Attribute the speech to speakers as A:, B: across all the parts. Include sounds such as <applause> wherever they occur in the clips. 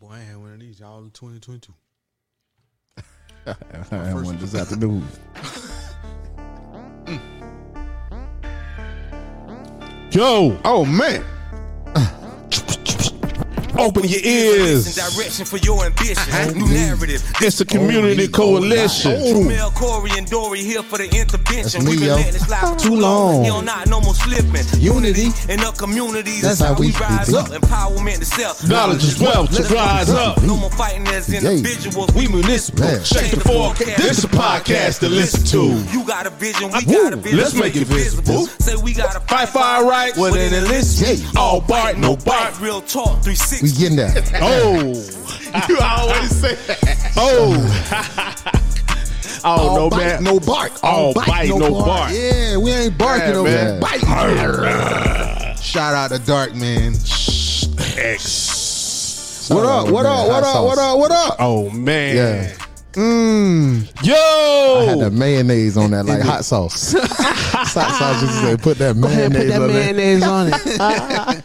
A: Boy, I had one of these all in 2022.
B: I had one this afternoon. Joe,
C: Oh man.
B: open your ears.
D: direction for your ambition. New narrative.
B: It's a community coalition.
D: Mel Corey and Dory here for the intervention.
C: That's me,
D: We've
C: yo.
D: been letting this life for
B: Too
D: too
B: long.
D: long. Hell not no more slipping.
C: <laughs> Unity.
D: in our communities.
C: That's
D: That's
C: how
D: how we
C: we
D: rise
C: speak
D: up.
C: up.
D: Empowerment itself.
B: Knowledge is wealth to rise up.
D: No more fighting as
C: Yeah.
D: individuals. We municipal.
C: Yeah.
B: Check the forecast. This is a podcast to listen to.
D: You got a vision. We
B: Woo.
D: got a vision.
B: Let's make it visible.
D: Say we got a
B: Fight for our rights.
D: Well, then it listen.
C: Yeah.
B: All bark, no bark.
D: Real talk.
C: We
D: 360.
C: getting <laughs> that.
B: Oh,
C: you always say that.
B: oh. I don't know,
C: bite,
B: man.
C: No bark.
B: All bite, no bark.
C: Yeah, we ain't barking
B: Yeah,
C: over
B: man.
C: there. Biting. Shout out to Dark Man.
B: X.
C: What up? What up? What up? What up? What up?
B: Oh man.
C: Yeah. Mmm.
B: Yo.
C: I had that mayonnaise on that like hot <laughs> sauce. hot sauce just say <laughs> put that mayonnaise on there.
E: on it.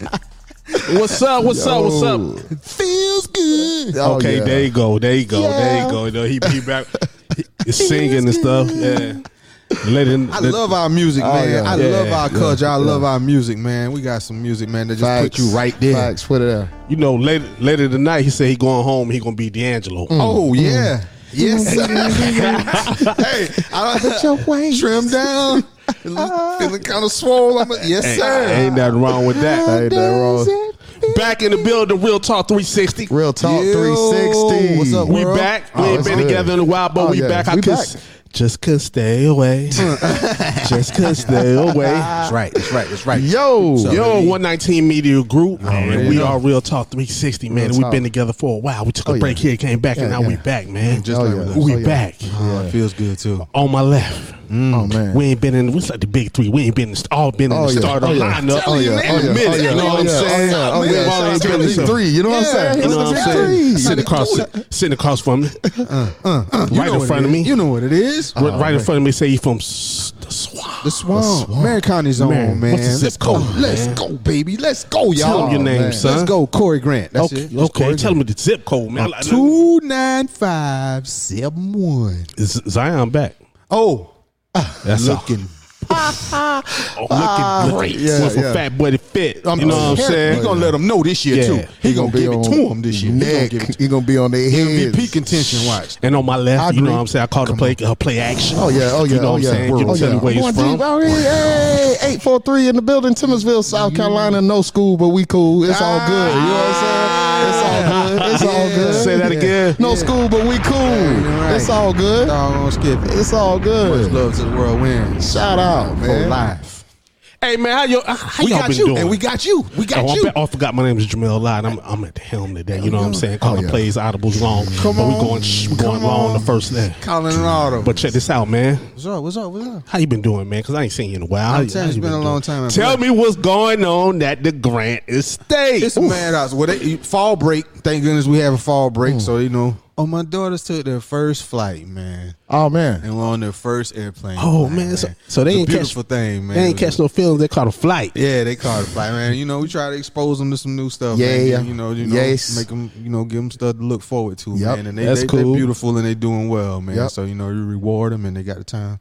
B: What's up? What's up? What's up?
C: Feels good. Oh,
B: okay,
C: yeah.
B: there you go. There you go. There
C: Yeah.
B: you go. You know, he he back
C: <laughs>
B: he- singing and stuff. Yeah. Letting
A: I love our music,
C: Oh,
A: man.
C: yeah.
A: I
B: Yeah,
A: love our
B: yeah,
A: culture. I love our music, man. We got some music, man, that just
C: Facts.
A: put you right there.
C: Facts, put it there.
B: you know later later tonight he said he going home he gonna be D'Angelo.
C: Mm.
A: Oh, yeah.
B: Mm.
A: Yes.
B: <laughs>
A: hey, I don't
C: Your way.
A: trim down. Feeling kind of swole. I'm a, yes,
B: Ain't-
A: sir.
B: Ain't nothing wrong with that.
C: Ain't that wrong.
B: Back in the building, Real Talk 360.
C: Real talk.
A: Yo,
C: Three sixty.
A: what's up,
B: We
A: world.
B: back.
C: Oh,
B: we ain't
C: that's
B: been
C: good.
B: together in a while, but
C: Oh,
B: we
C: yeah.
B: back.
C: We
B: could
C: back.
B: s- just could stay
C: <laughs>
B: away. just could stay away. That's right. That's right. That's right.
C: Yo.
B: Yo, 119 Media Group, man.
C: Already
B: We
C: know.
B: are Real Talk 360, man.
C: Oh, Real
B: and We've
C: talk.
B: been together for a while. We took
C: Oh,
B: a break
C: yeah.
B: here, came back, and
C: Yeah,
B: now we
C: yeah.
B: back, man.
A: Just
C: Oh,
A: like
C: yeah.
A: relax.
B: we
C: oh, yeah.
B: back.
A: Oh, it feels good, too.
B: On my left.
C: Oh man.
B: We ain't been in. It's like the big three. We ain't been in, all been in
C: Oh,
B: the
C: yeah.
B: starter
C: Oh, yeah.
B: lineup.
C: Oh, yeah.
B: in a
C: Oh, yeah.
B: minute.
C: Oh, yeah.
B: You know what I'm
C: Oh, yeah.
B: saying?
C: Oh, yeah.
B: We've
C: Oh,
B: only
C: yeah. Shout out to
B: been
C: the
B: in
C: big
B: some-
C: three. You know what I'm
B: Yeah.
C: saying?
B: You know
C: It's
B: what
C: the
B: I'm
C: big
B: saying?
C: three.
B: Sitting across, sitting across from me,
C: Oh,
A: Uh, You
B: right
A: know
B: in
A: what
B: front
A: it
B: of me.
A: is. You know what it is.
B: Right, right in front of me, say you from S- the swamp.
A: The swamp. Mary County's
B: Mary,
A: on, man.
B: what's the zip
A: Let's go.
B: code,
A: Let's
B: man?
A: go, baby. Let's go, y'all.
B: Tell 'em your name,
A: man.
B: son.
A: Let's go, Corey Grant. That's
B: okay,
A: it. That's
B: okay.
A: Corey
B: Tell
A: Grant.
B: me the zip code,
C: Uh,
B: man. Like,
A: Two nine five seven one.
B: is Zion back.
A: Oh,
B: That's looking, <laughs>
A: looking. Ah.
B: all. Oh, looking great.
C: yeah,
B: Went from
C: yeah.
B: fat boy to fit.
A: I'm
B: you know what I'm
A: We
B: saying?
A: gonna let them know this year
B: Yeah.
A: too. He, gonna, give it to him this year. He gonna
C: Neck.
A: give it
C: He gonna be on
A: to
C: their
A: him.
C: head.
A: MVP contention. Watch.
B: And on my
C: I
B: left, you know
C: agree.
B: what I'm saying? I call the play, uh, play action.
C: Oh yeah, oh yeah,
B: You know
C: oh
B: what I'm
C: yeah.
B: saying? You
C: Oh,
B: can tell
C: yeah.
B: me where he's
C: One, two,
B: from.
C: already. Hey, eight four three in the building, Timminsville, South Carolina. No school, but we cool. It's
B: Ah,
C: all good. You know what
A: Ah.
C: I'm saying? It's all good. It's all good.
B: Say that again.
C: No school, but we cool.
A: right.
C: It's all good.
A: Doggone skip it.
C: It's all
A: Much
C: good.
A: love to the world wins
C: Shout
B: Oh,
C: out,
A: for
C: man.
A: life.
B: Hey man, how, y'all- how
A: We
B: y'all
A: got
B: been
A: you,
B: doing?
A: and we got you. We got
B: oh,
A: you.
B: I, bet- oh, I forgot my name is Jamel Lott. I'm, I'm at the helm today. You know what I'm saying? Calling
C: yeah.
B: plays audibles long. Come but we
A: Oh, on.
B: going, sh- we going
A: Come
B: long the
A: on.
B: first day.
A: Colin and Autumn.
B: But check this out, man.
A: what's up? What's up? What's up?
B: How you been doing, man? Because I ain't seen you in a while.
A: I'm telling you,
B: How
A: it's been a long time, man.
B: Tell me what's going on at the Grant Estate.
A: It's a madhouse. Well, they, fall break. Thank goodness we have a fall break. So you know. Oh, my daughters took their first flight, man,
C: Oh man.
A: and were on their first airplane.
B: Oh man, so, so they
A: It's a
B: ain't catch
A: beautiful thing, man.
B: They
A: It
B: ain't
A: was
B: catch no feelings. They caught a flight.
A: Yeah, they caught it fly, man. You know, we try to expose them to some new stuff.
C: Yeah,
A: man.
C: yeah.
A: You know, you know,
C: Yes.
A: make them, you know, give them stuff to look forward to,
C: Yep,
A: man. And they,
B: that's
A: they,
B: cool.
A: are beautiful and they doing well, man.
C: Yep.
A: So you know, you reward them and they got the time,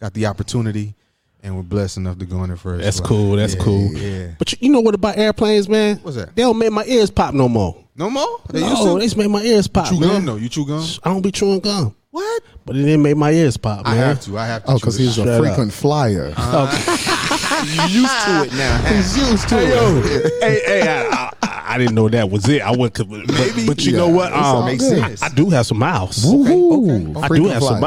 A: got the opportunity, and we're blessed enough to go in there first.
B: That's
A: flight.
B: cool. That's
A: Yeah,
B: cool.
A: Yeah.
B: But you, you know what about airplanes, man?
A: What's that?
B: They don't make my ears pop no more.
A: No more. They used
B: No,
A: to
B: they just make my ears pop.
A: chew
B: man.
A: gum though. You chew gum.
B: I don't be chewing gum,
A: What?
B: but it didn't make my ears pop,
A: I
B: man.
A: have to. I have to.
C: Oh,
A: chew
C: because
A: this
C: he's
A: shit.
C: a
B: Shut
C: frequent flyer.
B: Uh-huh.
A: You used to it now.
C: <laughs> He's used to
B: Hey, yo.
C: it.
B: <laughs> hey, hey, I, I, I didn't know that was it. I went, but, but, but you
C: Yeah,
B: know what?
C: it's all
B: Um,
C: makes sense.
B: I, I do have some miles.
C: Woohoo.
B: I do
C: Frequent
B: have
C: flyer.
B: some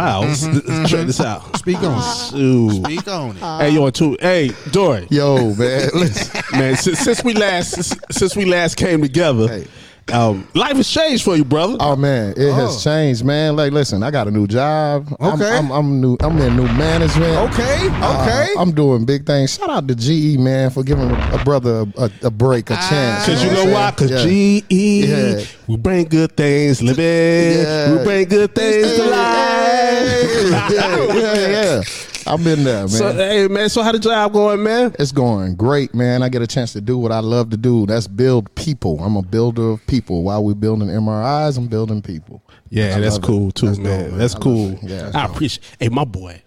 B: miles. Check this out.
A: Mm-hmm, Speak on it.
B: Ooh.
A: <laughs> Speak on it.
B: Hey, yo, too. Hey, Dory.
C: Yo, man. <laughs> Listen.
B: <laughs> man. Since, since we last since, since we last came together, um, life has changed for you, brother.
C: Oh man, it has changed, man. Like, listen, I got a new job. I'm-
A: Okay.
C: I'm, I'm, new. I'm in new management.
A: okay.
C: Uh,
A: Okay.
C: I'm doing big things. Shout out to GE, man, for giving a brother a, a, a break, a chance.
B: Cause you know why? Cause E
C: Yeah.
B: GE,
C: Yeah.
B: we bring good things living.
C: Yeah.
B: We bring good things to life.
C: <laughs> yeah, yeah, yeah. I've been there, man.
B: So uh, hey man, so how the job going, man?
C: It's going great, man. I get a chance to do what I love to do. That's build people. I'm a builder of people. While we're building MRIs, I'm building people.
B: Yeah, that's cool too, man. That's cool.
C: Yeah, that's
B: I appreciate. Hey, my boy,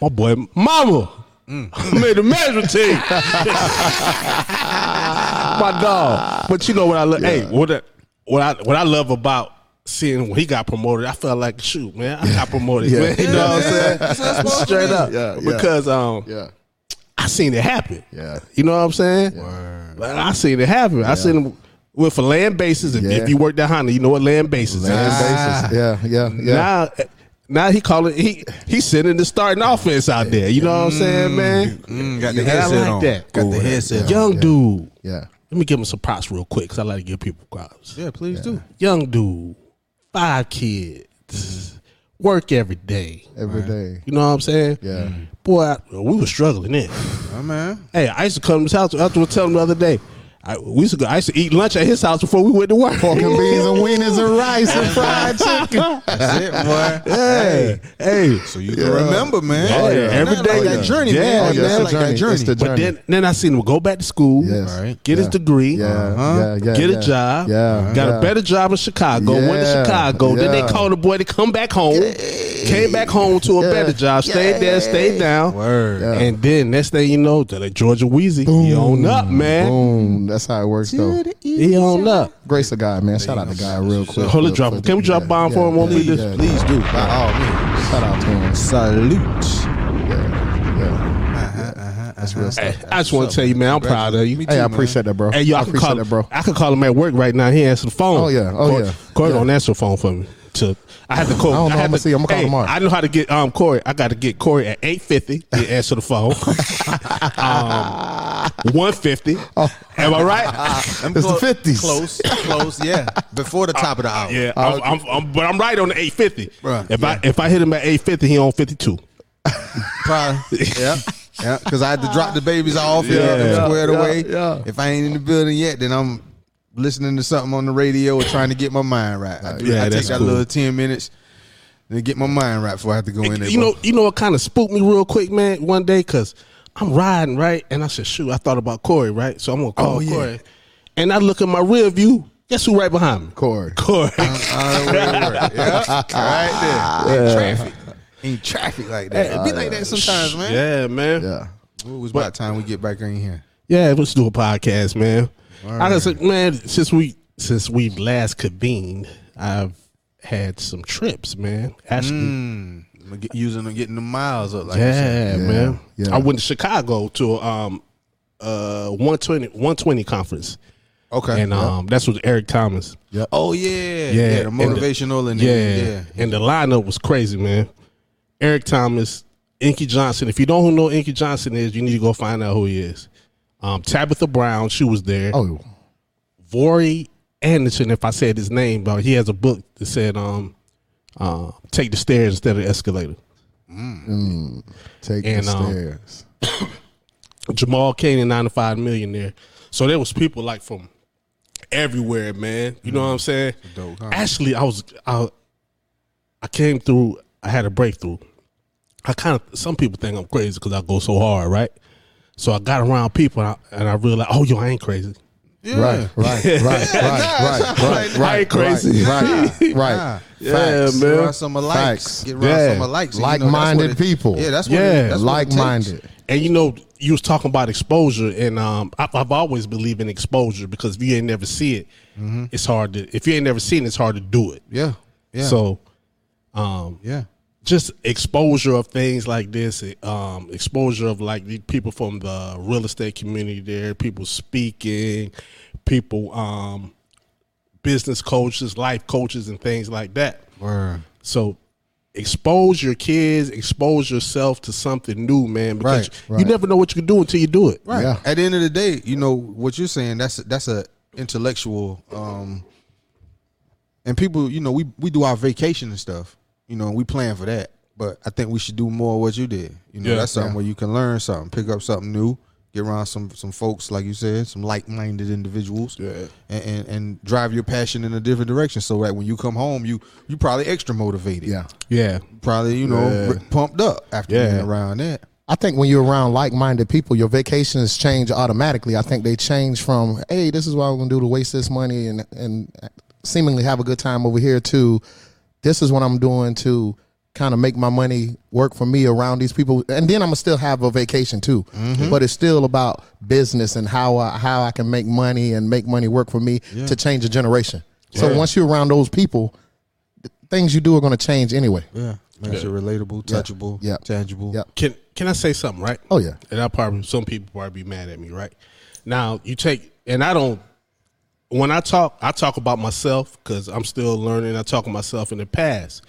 B: my boy, Mama
C: Mm.
B: made the
C: <laughs>
B: measure team. my dog. But you know what I love? Hey, what I, what I what I love about seeing when he got promoted, I felt like shoot, man, I got promoted,
C: Yeah.
B: man. You know what I'm saying? Straight up,
C: Yeah, yeah.
B: because um,
C: Yeah.
B: I seen it happen.
C: Yeah.
B: You know what I'm saying? Like, I seen it happen. I seen it with a land basis. If,
C: Yeah.
B: if you work that Honda, you know what land basis is.
C: Land
A: Ah.
C: basis. Yeah, yeah, yeah.
B: Now, now he calling he he sending the starting offense out there. You know what I'm saying, man?
A: Mm. got the
B: And I
A: headset
B: like
A: on.
B: that.
A: Got the headset on.
B: Young dude.
C: yeah.
B: Let me give him some props real quick because I like to give people props.
A: Yeah, please do.
B: Young dude, five kids, work every day.
C: Every day.
B: You know what I'm saying? Mm.
C: Yeah.
B: Boy, I, we were struggling then.
A: Oh, man.
B: Hey, I used to come to his house. I was telling him the other day. I, we used to go, I used to eat lunch at his house before we went to work.
C: Pork and beans and wieners and rice and fried chicken.
A: That's it, boy.
B: <laughs> Hey, hey.
A: So you can remember, man.
B: Oh, yeah. Every
A: Nothing like
B: day.
A: that journey,
B: Yeah,
A: man.
B: yeah,
A: Nothing
C: it's a
A: like that
C: journey. It's
A: journey.
C: the journey.
B: But then, then I seen him go back to school,
C: Yes.
A: Right.
B: get his
C: Yeah.
B: degree,
C: Yeah,
A: Uh-huh.
C: yeah, yeah,
B: get
C: yeah.
B: a job,
C: Yeah,
B: got
C: yeah.
B: a better job in Chicago, went to
C: Yeah,
B: Chicago. Then
C: yeah.
B: they called the boy to come back home, came back home to a
C: Yeah.
B: better job, stayed there, stayed down.
A: Word.
C: Yeah.
B: And then next thing you know, that Georgia Wheezy, he on up, man. e-
C: Boom. That's how it works, though.
B: He on up.
C: Grace of God, man. Shout out to God real quick.
B: Hold
C: Real
B: it, drop.
C: quick.
B: Can we drop a bomb for him? Won't we just-
A: Please do.
C: By all means. Shout out to him.
A: Salute.
C: Yeah. yeah. That's real
B: Hey,
C: stuff.
B: I just want to tell you, man, I'm proud of you.
A: Me
C: Hey, I
A: man.
C: appreciate that, bro.
B: Hey, yo, I,
C: I
B: can call
C: appreciate that,
B: him,
C: bro.
B: I could call him at work right now. He answer the phone.
C: Oh, yeah. Oh,
B: Corey,
C: yeah.
B: Corey don't answer the phone for me. To I had to call.
C: I don't know.
B: had
C: I'ma
B: to-
C: see. I'ma call
B: hey,
C: tomorrow.
B: I know how to get um Corey. I got to get Corey at eight fifty. He answer the
C: <laughs>
B: phone. um, one fifty.
C: Oh.
B: Am I
C: <laughs>
B: right?
A: I'm
C: It's the
A: clo-
C: 50s.
A: Close, close, yeah. Before the top of the hour.
B: yeah, I'm, I'm, I'm- but I'm right on the eight fifty.
A: Bruh,
B: If I if I hit him at eight fifty, he on fifty two.
A: Probably. <laughs> Yeah. Yeah, because I had to drop the babies off yeah,
B: Yeah.
A: and squared
C: Yeah,
A: away.
C: yeah.
A: If I ain't in the building yet, then I'm listening to something on the radio or trying to get my mind right. I, do,
B: Yeah,
A: I take
B: that's
A: that
B: cool.
A: little ten minutes, then get my mind right before I have to go in there.
B: You know, you know what kind of spooked me real quick, man. One day, cause I'm riding right, and I said, "Shoot, I thought about Corey, right?" So I'm gonna call
A: Oh, yeah.
B: Corey, and I look at my rear view. Guess who right behind me?
C: Corey.
B: Corey. <laughs>
A: all the way to work. Yeah, <laughs> right there. In traffic, in traffic like that. it be like that sometimes, uh, man.
B: yeah, man. Yeah.
C: Yeah.
A: It was about time we get back in here.
B: let's do a podcast, man. I just said, man, since we since we last convened, I've had some trips, man. Actually,
A: Mm. I'm Hmm. get, using them, getting the miles up. Like you said.
B: yeah, man.
C: yeah.
B: I went to Chicago to um uh 120 120 conference.
A: Okay.
B: and um, that's with Eric Thomas.
A: oh yeah, yeah. the
B: and the-
A: motivational and,
B: yeah,
A: the, yeah.
B: and the lineup was crazy, man. Eric Thomas, Inky Johnson. If you don't know who Inky Johnson is, you need to go find out who he is. Um, Tabitha Brown, she was there.
C: Oh,
B: Vori Anderson, if I said his name, but he has a book that said, um, uh, "Take the stairs instead of the escalator."
C: take
B: And,
C: the
B: um,
C: stairs.
B: Jamal Kane and 95 Millionaire. So there was people like from everywhere, man. You know what I'm saying?
A: dope concept.
B: Actually, I was I, I came through. I had a breakthrough. I kind of some people think I'm crazy because I go so hard, right? So I got around people and I, and I realized, oh, yo, I ain't crazy. <laughs>
A: Yeah.
C: Right, right, right, right, right, right, right,
B: I ain't crazy.
C: right, right, right.
B: <laughs> Yeah, man.
C: Facts.
A: Get around some of likes.
C: Facts.
A: Get around
B: Yeah.
A: some of likes. and
C: Like
A: you know, that's what
C: minded
A: it-
C: people.
A: Yeah, that's what.
B: Yeah,
A: it, that's what it
C: Like
A: takes.
C: minded.
B: And you know, you was talking about exposure, and um, I, I've always believed in exposure because if you ain't never see it, it's hard to. If you ain't never seen, it, it's hard to do it.
A: Yeah, Mm-hmm. yeah.
B: So, um,
A: yeah,
B: just exposure of things like this, um, exposure of like the people from the real estate community there, people speaking, people, um, business coaches, life coaches, and things like that.
A: word.
B: So expose your kids, expose yourself to something new, man, because
A: Right,
B: you never know what you can do until you do it.
A: Right.
C: Yeah.
A: At the end of the day, you know what you're saying. That's that's a intellectual. um And people, you know, we we do our vacation and stuff. You know, and we plan for that. But I think we should do more of what you did. You know,
B: Yeah.
A: that's something where you can learn something, pick up something new, get around some some folks like you said, some like minded individuals,
B: Yeah.
A: and, and and drive your passion in a different direction. So that when you come home, you you probably extra motivated.
C: Yeah.
B: Yeah.
A: probably you know
B: Yeah.
A: r- pumped up after
B: Yeah.
A: being around that.
C: I think when you're around like-minded people, your vacations change automatically. I think they change from, hey, this is what I'm going to do to waste this money and and seemingly have a good time over here to, this is what I'm doing to kind of make my money work for me around these people, and then I'm gonna still have a vacation too.
B: Mm-hmm.
C: But it's still about business and how I, how I can make money and make money work for me to change a generation. So once you're around those people, th- things you do are going to change anyway.
A: Yeah, makes it relatable, touchable,
C: Yeah.
A: tangible.
C: Yeah.
B: Can can I say something, right?
C: Oh, yeah.
B: And I probably some people probably be mad at me, right? Now you take and I don't when I talk, I talk about myself because I'm still learning. I talk about myself in the past.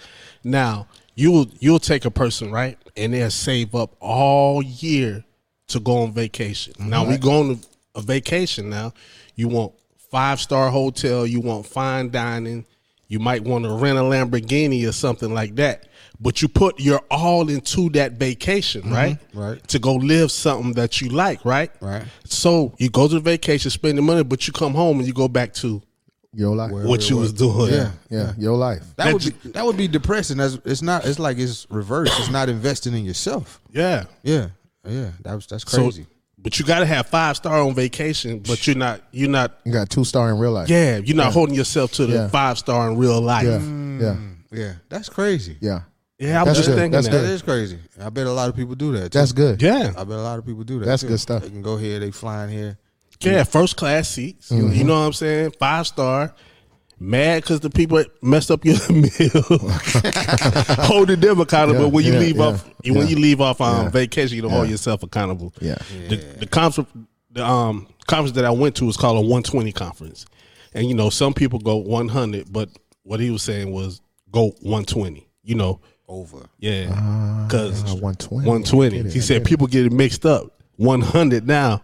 B: Now you'll you'll take a person right, and they'll save up all year to go on vacation. Now we go on a vacation. Now you want five star hotel, you want fine dining, you might want to rent a Lamborghini or something like that. But you put your all into that vacation, right?
A: right.
B: To go live something that you like, right?
A: Right.
B: So you go to the vacation, spend the money, but you come home and you go back to
C: Your life,
B: what you was doing.
A: Yeah.
C: yeah, your life.
A: That would be that would be depressing. That's it's not. It's like it's reverse. It's not investing in yourself.
B: Yeah.
A: Yeah, yeah. That was that's
B: So,
A: crazy.
B: but you gotta have five star on vacation, but you're not you're not
C: You got two star in real life.
B: yeah, you're not holding yourself to the
C: Yeah.
B: five star in real life.
C: Yeah.
B: Yeah,
C: Yeah.
A: yeah, that's crazy.
C: Yeah.
B: I was
C: That's
B: just
C: good.
B: thinking
C: That's
B: that.
A: That is crazy. I bet a lot of people do that. too.
C: That's good.
B: Yeah.
A: I bet a lot of people do that.
C: That's
A: too.
C: good stuff.
A: They can go here. They flying here.
B: Yeah, first class seats.
C: Mm-hmm.
B: You know what I'm saying? Five star. Mad because the people messed up your <laughs>
C: <laughs>
B: meal. Holding them accountable,
C: Yeah,
B: but when you
C: yeah,
B: leave
C: yeah,
B: off, when
C: yeah.
B: you leave off on vacation, you don't hold yourself accountable.
C: Yeah.
B: The, the conference, the um conference that I went to was called a 120 conference, and you know some people go 100, but what he was saying was go 120. You know,
A: Over.
B: yeah, because
C: 120.
B: 120. He said people get it mixed up. 100 now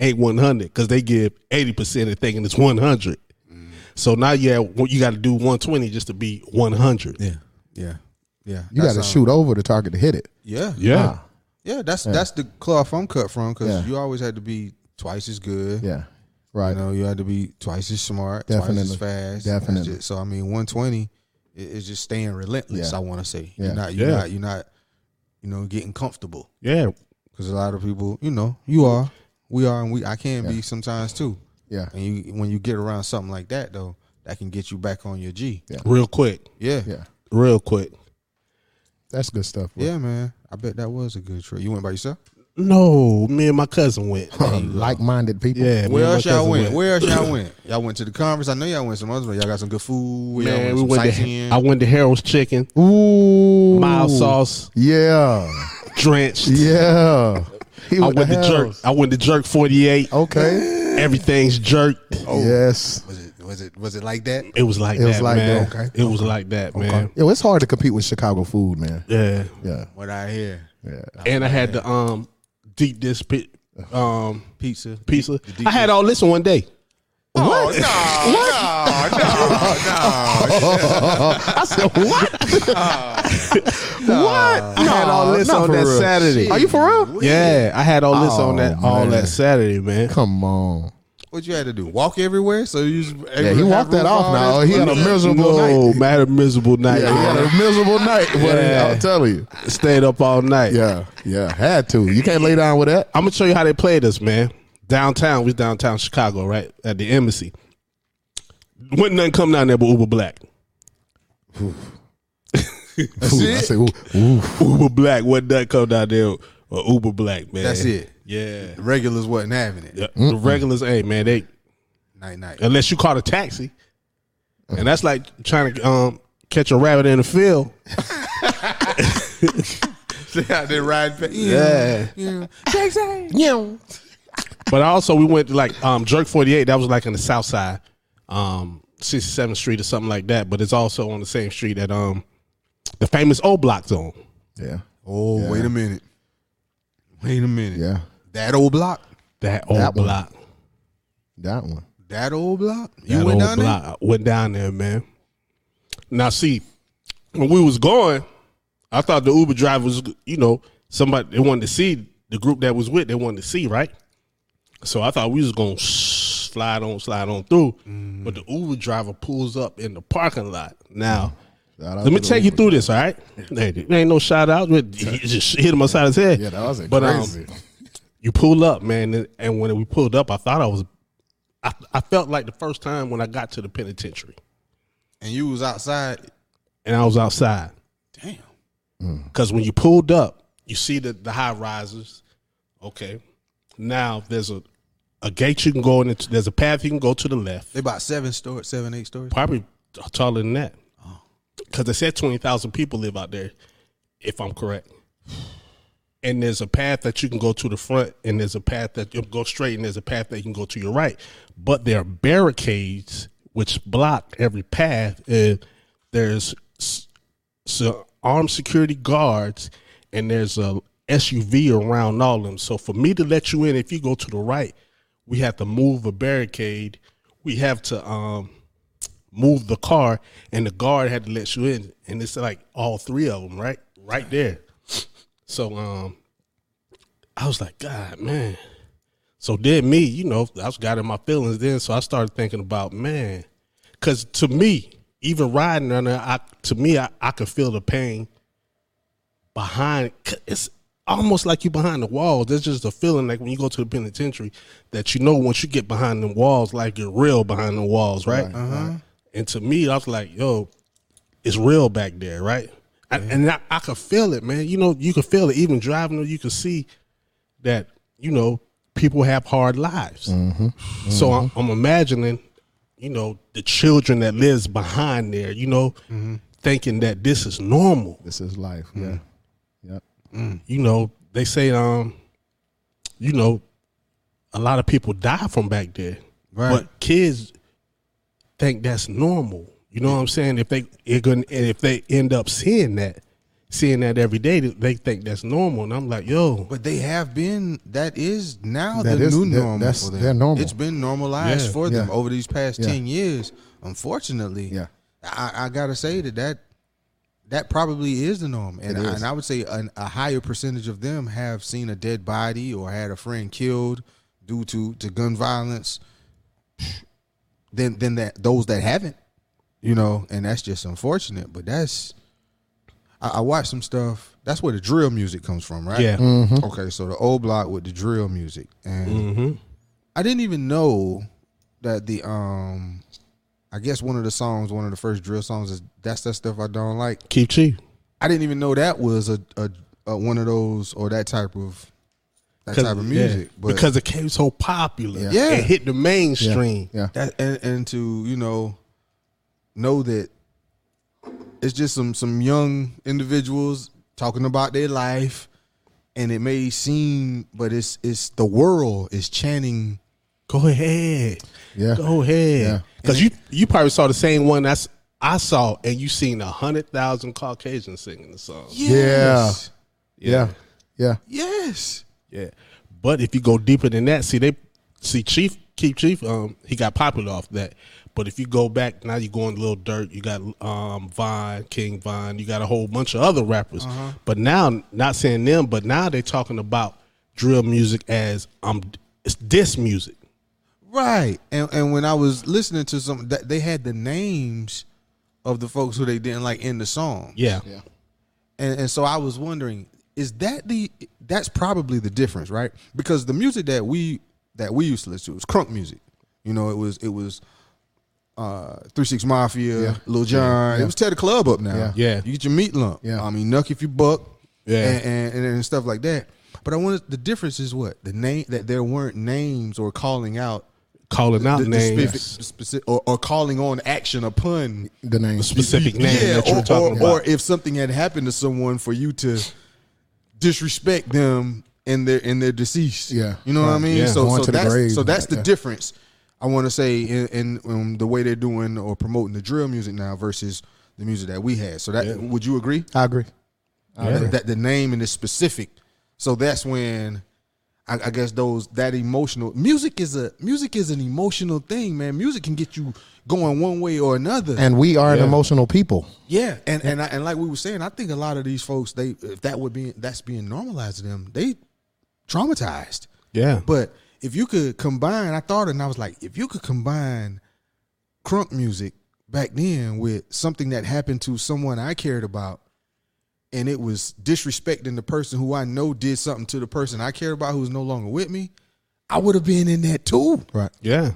B: ain't 100 because they give 80% of thinking it's 100. So now you have, well, you got to do 120 just to be 100.
A: Yeah, yeah, yeah.
C: You got to shoot over the target to hit it.
A: Yeah, yeah,
B: Yeah.
A: That's that's the cloth I'm cut from because
C: Yeah.
A: you always had to be twice as good.
C: Yeah. Right.
A: You know, you had to be twice as smart, twice
C: Definitely.
A: as fast.
C: Definitely.
A: That's it. So I mean, 120 i- is just staying relentless.
C: Yeah.
A: I want to say
C: Yeah.
A: you're not, you're
B: Yeah.
A: not, you're not, you know, getting comfortable
B: Yeah.
A: because a lot of people, you know, you are, we are, and we I can be sometimes too.
C: Yeah.
A: And you, when you get around something like that though, that can get you back on your G.
C: Yeah.
B: Real quick.
A: Yeah, yeah,
C: Yeah.
B: Real quick.
C: That's good stuff. <laughs> bro.
A: man. I bet that was a good trip. You went by yourself.
B: No, me and my cousin went.
C: Like-minded people.
B: Yeah. me
A: Where
B: and my
A: else y'all
B: cousin
A: went? Where else
B: <coughs>
A: y'all went? Y'all went to the conference. I know y'all went some other. Y'all got some good food. Where y'all
B: Man,
A: went
B: we
A: some
B: went to,
A: sightseeing?
B: I went to Harold's Chicken,
C: Ooh.
B: mild sauce,
C: Yeah. <laughs>
B: drenched.
C: Yeah. He
B: I
C: with the
B: went to jerk.
C: hells.
B: I went to jerk 48.
C: Okay.
B: <gasps>
C: Oh,
B: Everything's jerked.
C: Yes.
A: was it was it was it like that?
B: It was like
C: It
B: that.
C: was like
B: man.
C: that, okay.
B: It was like that, man.
C: Yo, it's hard to compete with Chicago food, man.
B: Yeah.
C: Yeah.
A: What I hear.
C: Yeah.
B: and I had the um deep dish pi- um
A: Pizza.
B: pizza. I had all this in one day.
A: Oh, no, no, no, no.
C: I said, what?
B: what? I had all this
C: not
B: on
C: for
B: that
C: real.
B: Saturday.
C: Are you for real?
B: Yeah, I had all this
C: Oh,
B: on that all
C: man.
B: that Saturday, man.
C: Come on.
A: What you had to do? Walk everywhere? So you just
C: Yeah, he walked that off now. He had a miserable
B: no,
C: night.
B: man, I had a miserable night.
C: Yeah, he had a miserable night. buddy.
B: Yeah.
C: I'll tell you.
B: Stayed up all night.
C: Yeah, yeah, had to. You can't lay down with that.
B: I'm gonna show you how they played us, man. Downtown, we was downtown Chicago, right at the embassy. Wouldn't nothing come down there but Uber Black.
A: That's
C: Ooh, I
A: it.
C: say, ooh, ooh.
B: Uber Black, what that come down there? Or Uber Black, man.
A: That's it.
B: Yeah.
A: The regulars wasn't having it.
B: The, the regulars, hey man, they
A: Night night.
B: unless you caught a taxi, and that's like trying to um, catch a rabbit in the field.
A: <laughs> They out there riding. pa-
B: Yeah.
A: yeah.
B: But also, we went to like um, Jerk Forty Eight. That was like on the South Side, um, Sixty Seventh Street or something like that. But it's also on the same street that um, the famous O Block's on.
C: Yeah,
A: Oh, wait a minute. Wait a minute.
C: yeah,
A: That old block.
B: That O
C: That one.
B: Block.
C: that one.
A: That old block. You
B: That
A: went
B: old
A: down
B: block. I went down there, man. Now see, when we was going, I thought the Uber driver was, you know, somebody they wanted to see the group that was with. They wanted to see, right? So I thought we was gonna slide on, slide on through,
C: Mm-hmm.
B: but the Uber driver pulls up in the parking lot. Now,
C: Shout
B: let me
C: out to Mm-hmm. the
B: take you through this. All right, Hey, there ain't no shout out. but <laughs> You just hit him upside his head.
C: Yeah, that was a
B: But, um,
C: crazy.
B: you pull up, man, and, and when we pulled up, I thought I was, I, I felt like the first time when I got to the penitentiary
A: and you was outside.
B: and I was outside.
A: Damn.
B: Because when you pulled up, you see the, the high rises. Okay. Now there's a, a gate you can go in. Into, there's a path you can go to the left.
A: They about seven stories, seven eight stories.
B: Probably taller than that. Because they said 20,000 people live out there, if I'm correct. And there's a path that you can go to the front, and there's a path that you go straight, and there's a path that you can go to your right. But there are barricades which block every path. And there's s- so armed security guards and there's a SUV around all of them. So for me to let you in, if you go to the right, we have to move a barricade. We have to um, move the car, and the guard had to let you in. And it's like all three of them, right, right there. So um, I was like, God, man. So then me, you know, I was got in my feelings then. So I started thinking about, man, because to me, even riding on there, I, to me, I, I could feel the pain behind. 'cause It's almost like you behind the walls. There's just a feeling like when you go to the penitentiary that you know once you get behind the walls, like you're real behind the walls, right? And to me, I was like, yo, it's real back there, right? I, and I, I could feel it, man. You know, you could feel it. Even driving, you could see that you know people have hard lives. So I'm, I'm imagining, you know, the children that lives behind there, you know, thinking that this is normal.
C: This is life.
B: Mm-hmm.
C: Yeah. Yep.
B: You know, they say, um, you know, a lot of people die from back there,
A: Right.
B: but kids think that's normal. You know what I'm saying? If they it gonna, and if they end up seeing that, seeing that every day, they think that's normal. And I'm like, yo,
A: But they have been. That is now
C: That
A: the
C: is-
A: new
C: that-
A: normal.
C: that's-
A: for them.
C: they're normal.
A: It's been normalized
B: Yeah.
A: for them
C: Yeah.
A: over these past
C: Yeah.
A: ten years. Unfortunately,
C: Yeah.
A: I, I gotta say that that that probably is the norm, and I, and I would say an, a higher percentage of them have seen a dead body or had a friend killed due to to gun violence than than that those that haven't, you know, and that's just unfortunate. But that's I, I watched some stuff. That's where the drill music comes from, right?
B: Yeah.
A: Okay, so the old block with the drill music, and
B: Mm-hmm.
A: I didn't even know that the um, I guess one of the songs, one of the first drill songs is that's that stuff I don't like.
B: keep cheap.
A: I didn't even know that was a, a, a one of those or that type of that type of music,
B: yeah,
A: but
B: because it came so popular.
C: Yeah.
A: Yeah.
B: it hit the mainstream.
C: Yeah.
A: that and, and to you know know that it's just some some young individuals talking about their life and it may seem but it's it's the world is chanting
B: Go ahead,
C: Yeah.
B: go ahead.
C: Yeah.
B: Because you you probably saw the same one that's I saw, and you seen a hundred thousand Caucasians singing the song.
A: yes
C: Yeah. Yeah.
A: yes
B: yeah. But if you go deeper than that, see they see Chief Keep Chief, um, he got popular off that. But if you go back now, you going Lil Dirt, you got um Vine, King Vine, you got a whole bunch of other rappers.
A: Uh-huh.
B: But now, not saying them, but now they talking about drill music as um it's this music.
A: right and and when i was listening to some that they had the names of the folks who they didn't like in the song
B: Yeah.
A: and and so I was wondering, is that the that's probably the difference, right? Because the music that we that we used to listen to was crunk music. You know, it was it was uh Three Six Mafia,
C: Yeah.
A: Lil Jon. It was tear the club up now.
C: Yeah.
B: Yeah.
A: you get your meat lump.
C: Yeah.
A: I mean, nuck if you buck.
B: Yeah.
A: and, and, and and stuff like that. But I wanted the difference is what the name that there weren't names or calling out
B: Calling out
A: the, the
B: names.
A: specific, specific or, or calling on action upon
C: The name.
B: specific name
A: yeah,
B: that you
A: or,
B: were talking
A: or,
B: about.
A: or if something had happened to someone for you to disrespect them and their and their deceased.
C: Yeah.
A: you know what I
C: Right.
A: mean.
B: Yeah.
A: So
C: Going
A: so
C: to the
A: that's
C: grave.
A: so that's the
C: Yeah.
A: difference. I want to say in, in, in the way they're doing or promoting the drill music now versus the music that we had. So that would you agree?
C: I agree.
A: that, that the name and is specific. So that's when I, I guess those that emotional music is a music is an emotional thing, man. Music can get you going one way or another.
C: And we are
B: Yeah.
C: an emotional people.
A: Yeah, and and I, and like we were saying, I think a lot of these folks, they if that would be that's being normalized to them, they traumatized.
B: Yeah.
A: But if you could combine, I thought and I was like, if you could combine crunk music back then with something that happened to someone I cared about, and it was disrespecting the person who I know did something to the person I cared about who's no longer with me, I would have been in that too.
C: Right.
B: Yeah.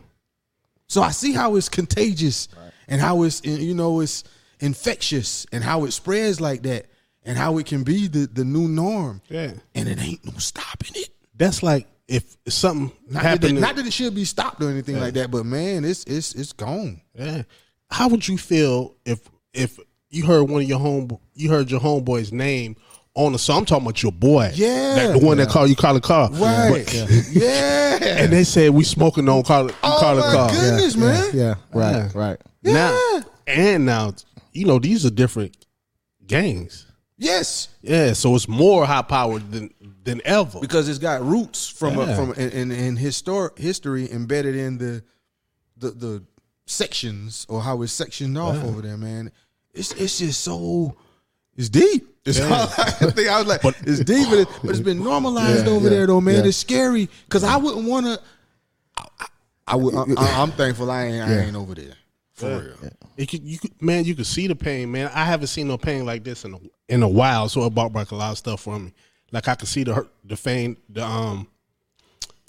A: So I see how it's contagious and how it's you know it's infectious and how it spreads like that and how it can be the, the new norm.
B: Yeah.
A: And it ain't no stopping it.
B: That's like if something
A: Not that, it,
B: happened.
A: not that it should be stopped or anything like that, but man, it's it's it's gone.
B: yeah. Eh. How would you feel if if you heard one of your home you heard your homeboy's name on the song? I'm talking about your boy.
A: Yeah.
B: That, the one that called you Carla Carl.
A: Right.
B: But-
A: <laughs> Yeah.
B: <laughs> And they said we smoking on Carla
A: oh
B: Carla
A: my
B: Carl.
A: goodness, man.
C: Yeah. Right.
B: Yeah.
C: Right.
B: Now and now, you know these are different gangs.
A: Yes.
B: Yeah, so it's more high powered than than ever.
A: Because it's got roots from a,
B: Yeah.
A: from and and, and histor- history embedded in the the the sections or how it's sectioned off over there, man. It's it's just so it's deep. It's all <laughs> I could think. I was like, it's deep, but, it, but it's been normalized over there, though, man.
C: yeah.
A: It's scary because I wouldn't want to. I, I would. I, am thankful I ain't. I ain't over there for real.
B: It could, you could, man, you could see the pain, man. I haven't seen no pain like this in a, in a while, so it brought back a lot of stuff for me. Like I could see the hurt, the pain, the um,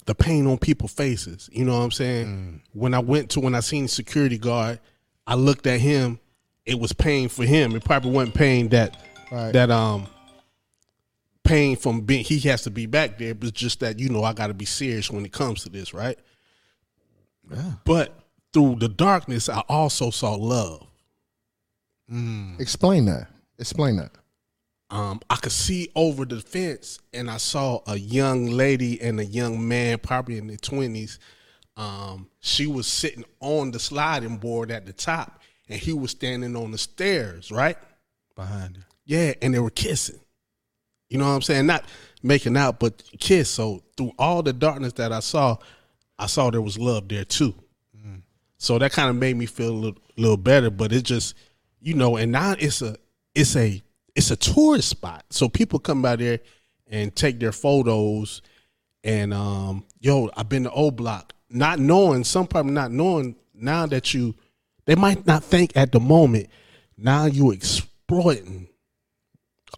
B: the pain on people's faces. You know what I'm saying? When I went to when I seen the security guard, I looked at him. It was pain for him. It probably wasn't pain that that um pain from being he has to be back there, but it's just that you know I got to be serious when it comes to this, right? But through the darkness, I also saw love.
C: Explain that. Explain that.
B: um, I could see over the fence, and I saw a young lady and a young man, probably in their twenties. Um, she was sitting on the sliding board at the top, and he was standing on the stairs, right?
A: Behind it.
B: Yeah, and they were kissing. You know what I'm saying? Not making out, but kiss. So through all the darkness that I saw, I saw there was love there too. So that kind of made me feel a little, little better. But it just, you know, and now it's a it's a it's a tourist spot. So people come out there and take their photos. And um, yo, I've been to O Block, not knowing some probably not knowing now that you, they might not think at the moment. Now you exploiting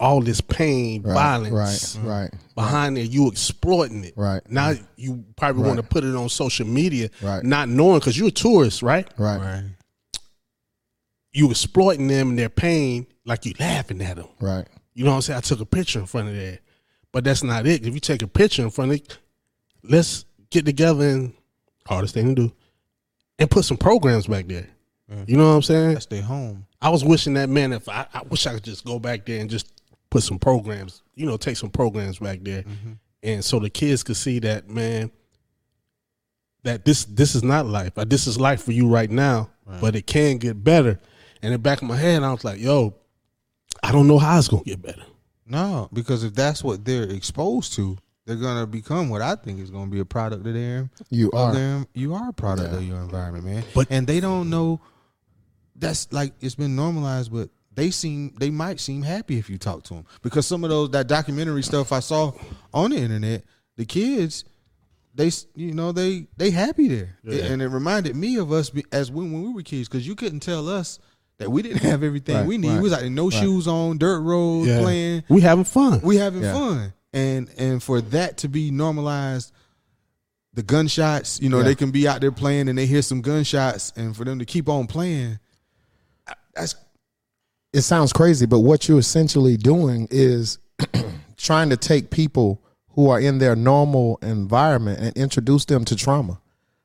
B: all this pain,
C: Right.
B: violence Mm-hmm.
C: Right. Right.
B: behind there. You exploiting it.
C: Right.
B: now, you probably want to put it on social media,
C: Right.
B: not knowing because you're a tourist, right?
C: Right.
A: Right.
B: You exploiting them and their pain, like you laughing at them.
C: Right.
B: You know what I'm saying? I took a picture in front of that, but that's not it. If you take a picture in front of it, let's get together and hardest thing to do, and put some programs back there. You know what I'm saying?
A: That's their home.
B: I was wishing that man if I, I wish I could just go back there and just put some programs, you know, take some programs back there,
A: Mm-hmm.
B: and so the kids could see that man that this this is not life. Uh, This is life for you right now, but it can get better. And in the back of my head, I was like, yo, I don't know how it's gonna get better.
A: No, because if that's what they're exposed to, they're gonna become what I think is gonna be a product of their
C: You
A: of
C: are.
A: their- you are a product of your environment, man.
B: But-
A: and they don't know that's like it's been normalized, but they seem they might seem happy if you talk to them because some of those that documentary stuff I saw on the internet, the kids they s- you know they they happy there, and it reminded me of us be- as when when we were kids because you couldn't tell us. That we didn't <laughs> have everything
C: Right,
A: we need.
C: right,
A: we was out there, no shoes on, dirt roads, playing
B: We having fun.
A: we having
C: Yeah.
A: fun and and for that to be normalized the gunshots you know
C: Yeah.
A: they can be out there playing and they hear some gunshots and for them to keep on playing I- that's
C: it sounds crazy, but what you're essentially doing is <clears throat> trying to take people who are in their normal environment and introduce them to trauma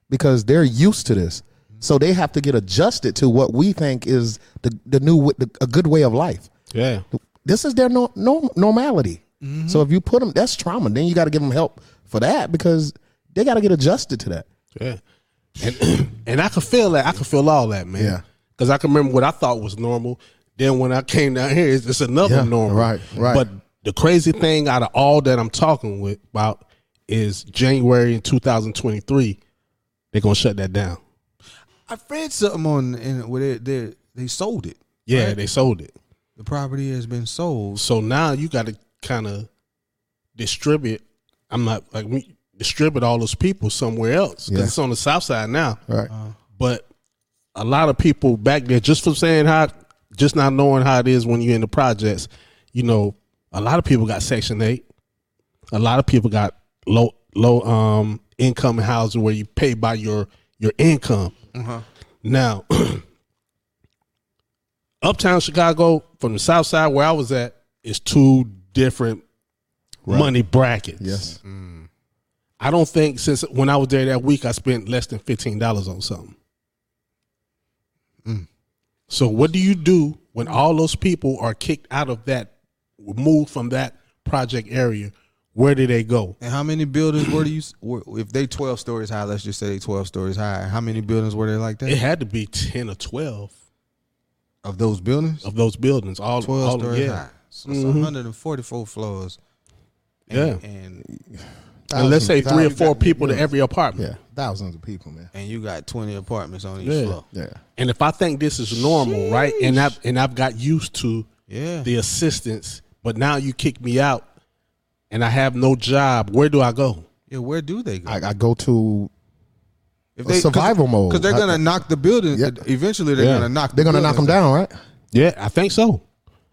C: because they're used to this. So they have to get adjusted to what we think is the, the new w- the, a good way of life.
B: yeah.
C: This is their no, norm normality. So if you put them, that's trauma. Then you got to give them help for that because they got to get adjusted to that.
B: Yeah. And <clears throat> and I could feel that. I could feel all that, man.
C: Yeah.
B: Because I can remember what I thought was normal. Then when I came down here, it's, it's another
C: Yeah,
B: normal.
C: right, right.
B: But the crazy thing out of all that I'm talking with about is January in 2023, they're gonna shut that down.
A: i read something on and where they, they they sold it
B: Yeah, they sold it.
A: the property has been sold
B: So now you got to kind of distribute. I'm not like we distribute all those people somewhere else 'cause
C: Yeah.
B: it's on the south side now.
C: Right.
B: But a lot of people back there, just from saying how, just not knowing how it is when you're in the projects, you know, a lot of people got Section Eight. A lot of people got low low um income housing where you pay by your your income. Now, <clears throat> Uptown Chicago from the South Side where I was at is two different money brackets. Mm.
C: Yes.
B: I don't think since when I was there that week, I spent less than fifteen dollars on something.
A: Mm.
B: So what do you do when all those people are kicked out of that, moved from that project area? Where do they go?
A: And how many buildings were you? Were, if they twelve stories high, let's just say they twelve stories high. How many buildings were there like
B: It
A: that?
B: had to be ten or twelve
A: Of those buildings,
B: of those buildings. All
A: twelve
B: all,
A: stories
B: Oh, yeah, Mm-hmm.
A: high. So it's one hundred and forty-four floors. And,
B: yeah.
A: and
B: And let's say three or
C: Thousands.
B: four people to every apartment.
C: Yeah. Thousands of people, man.
A: and you got twenty apartments on each
B: Yeah.
A: floor.
C: Yeah.
B: And if I think this is normal, right? And I've and I've got used to
A: Yeah.
B: the assistance, but now you kick me out and I have no job, where do I go?
A: Yeah, where do they go?
C: I, I go to
A: If
C: survival mode.
A: because they're gonna knock the building.
C: Yeah.
A: Eventually, they're
B: Yeah.
A: gonna knock.
C: they're gonna
A: the
C: knock them
A: buildings down.
C: down, right?
B: Yeah, I think so.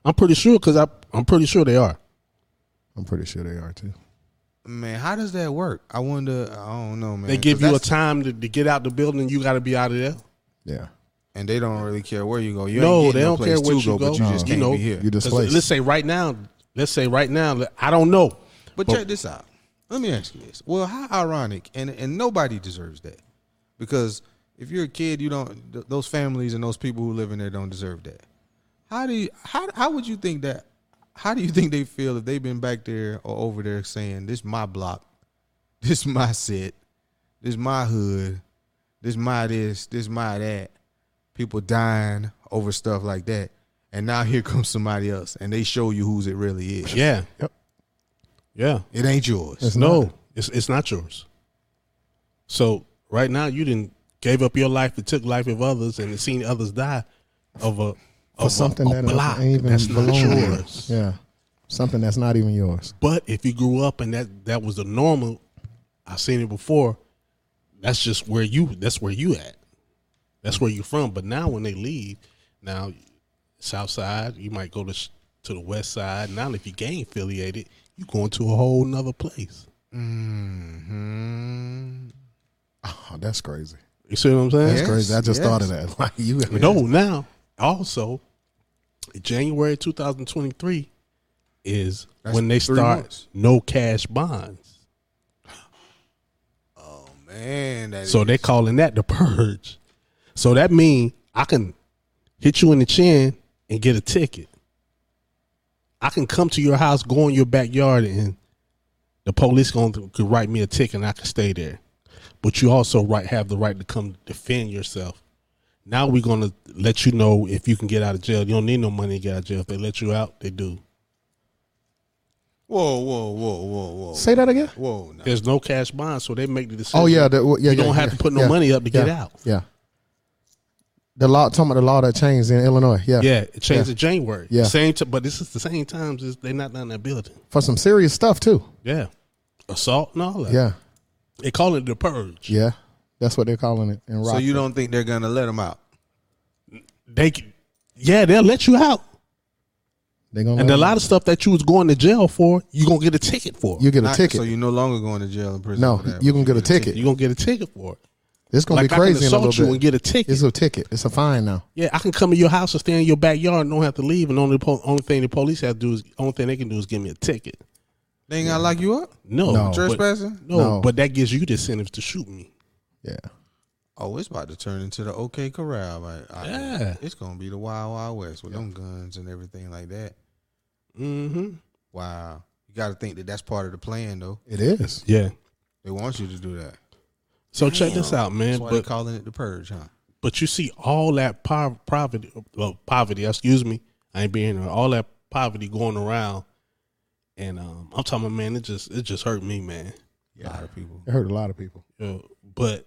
B: I'm pretty sure because I I'm pretty sure they are.
C: I'm pretty sure they are too.
A: Man, how does that work? I wonder. I don't know, man.
B: They
A: 'Cause
B: give you a
A: that's-
B: time to, to get out the building. You got to be out of there.
C: Yeah.
A: and they don't really care where you go. You
B: no,
A: ain't
B: they
A: getting
B: don't
A: no
B: care
A: place
B: where
A: to
B: you go.
A: go, but you just
B: You
A: can't
B: know,
A: be here.
C: You
B: 'Cause
C: displaced.
B: Let's say right now. Let's say right now. I don't know.
A: But check this out. Let me ask you this. Well, how ironic, and and nobody deserves that, because if you're a kid, you don't. Th- those families and those people who live in there don't deserve that. How do you how how would you think that? How do you think they feel if they've been back there or over there saying this my block, this my set, this my hood, this my this, this my that. People dying over stuff like that, and now here comes somebody else, and they show you whose it really is.
B: Yeah.
C: Yep.
B: Yeah.
A: It ain't yours.
B: no, it's it's not yours. So right now you didn't gave up your life and took life of others and seen others die of a
C: For
B: of
C: something
B: a, a
C: that
B: block
C: ain't even
B: that's not
C: belongs.
B: yours.
C: Yeah. Something that's not even yours.
B: But if you grew up and that that was the normal, I've seen it before. That's just where you. That's where you at. That's where you're from. But now when they leave, now South Side, you might go to sh- to the West Side. Now if you gang affiliated, you going to a whole nother place.
C: Oh, that's crazy.
B: You see what I'm saying?
C: That's
A: Yes,
C: crazy. I just
A: yes.
C: thought of that. <laughs> Like you
B: No, now also January 2023 is
A: That's
B: when they
A: three
B: start
A: months.
B: no cash bonds.
A: Man, that
B: So they're calling that the purge. So that means I can hit you in the chin and get a ticket. I can come to your house, go in your backyard, and the police going to could write me a ticket, and I can stay there. But you also right have the right to come defend yourself. Now we're going to let you know if you can get out of jail. You don't need no money to get out of jail. If they let you out, they do.
A: Whoa, whoa, whoa, whoa, whoa.
C: Say that again.
A: Whoa, no.
B: There's no cash bond, so they make the decision.
C: Oh yeah, the, well, yeah.
B: You don't
C: yeah,
B: have
C: yeah,
B: to put no
C: yeah,
B: money up to
C: yeah,
B: get out.
C: Yeah. The law talking about the law that changed in Illinois. Yeah.
B: Yeah, it changed to January.
C: Yeah.
B: Same t- but this is the same times as they not down that building.
C: For some serious stuff too.
B: Yeah. Assault and all that.
C: Yeah.
B: They call it the purge.
C: Yeah. That's what they're calling it in
A: So
C: Rockford.
A: you don't think they're gonna let him out?
B: They c- yeah, they'll let you out.
C: They gonna
B: And a
C: let
B: lot of stuff that you was going to jail for, you gonna get a ticket for.
C: you get a
A: Not-
C: ticket.
A: So you're no longer going to jail and prison.
C: no,
A: for that.
C: you can get a ticket.
B: You're gonna get a ticket for it.
C: It's gonna
B: like
C: be
B: I can
C: crazy in a
B: assault you
C: little
B: and
C: bit.
B: get a ticket.
C: It's a ticket. It's a fine now.
B: yeah, I can come in your house and stay in your backyard and don't have to leave. And only po- only thing the police have to do is only thing they can do is give me a ticket.
A: they ain't gonna lock you up.
B: No,
C: No.
B: but-
A: Trespassing?
B: no,
C: No.
B: but that gives you the incentive to shoot me.
C: Yeah.
A: Oh, it's about to turn into the OK Corral. Right? I-
B: Yeah.
A: it's gonna be the Wild Wild West with them guns and everything like that.
B: Mm-hmm.
A: Wow, you got to think that that's part of the plan, though.
C: It is.
B: Yeah.
A: They want you to do that.
B: So check this out, man.
A: That's why
B: But-
A: they're calling it the purge, huh?
B: But you see all that po- poverty, uh, poverty. Excuse me, I ain't being here. All that poverty going around, and um, I'm talking, about, man, it just it just hurt me, man.
A: A lot of
C: <laughs>
A: people.
C: It hurt a lot of people.
B: Uh, but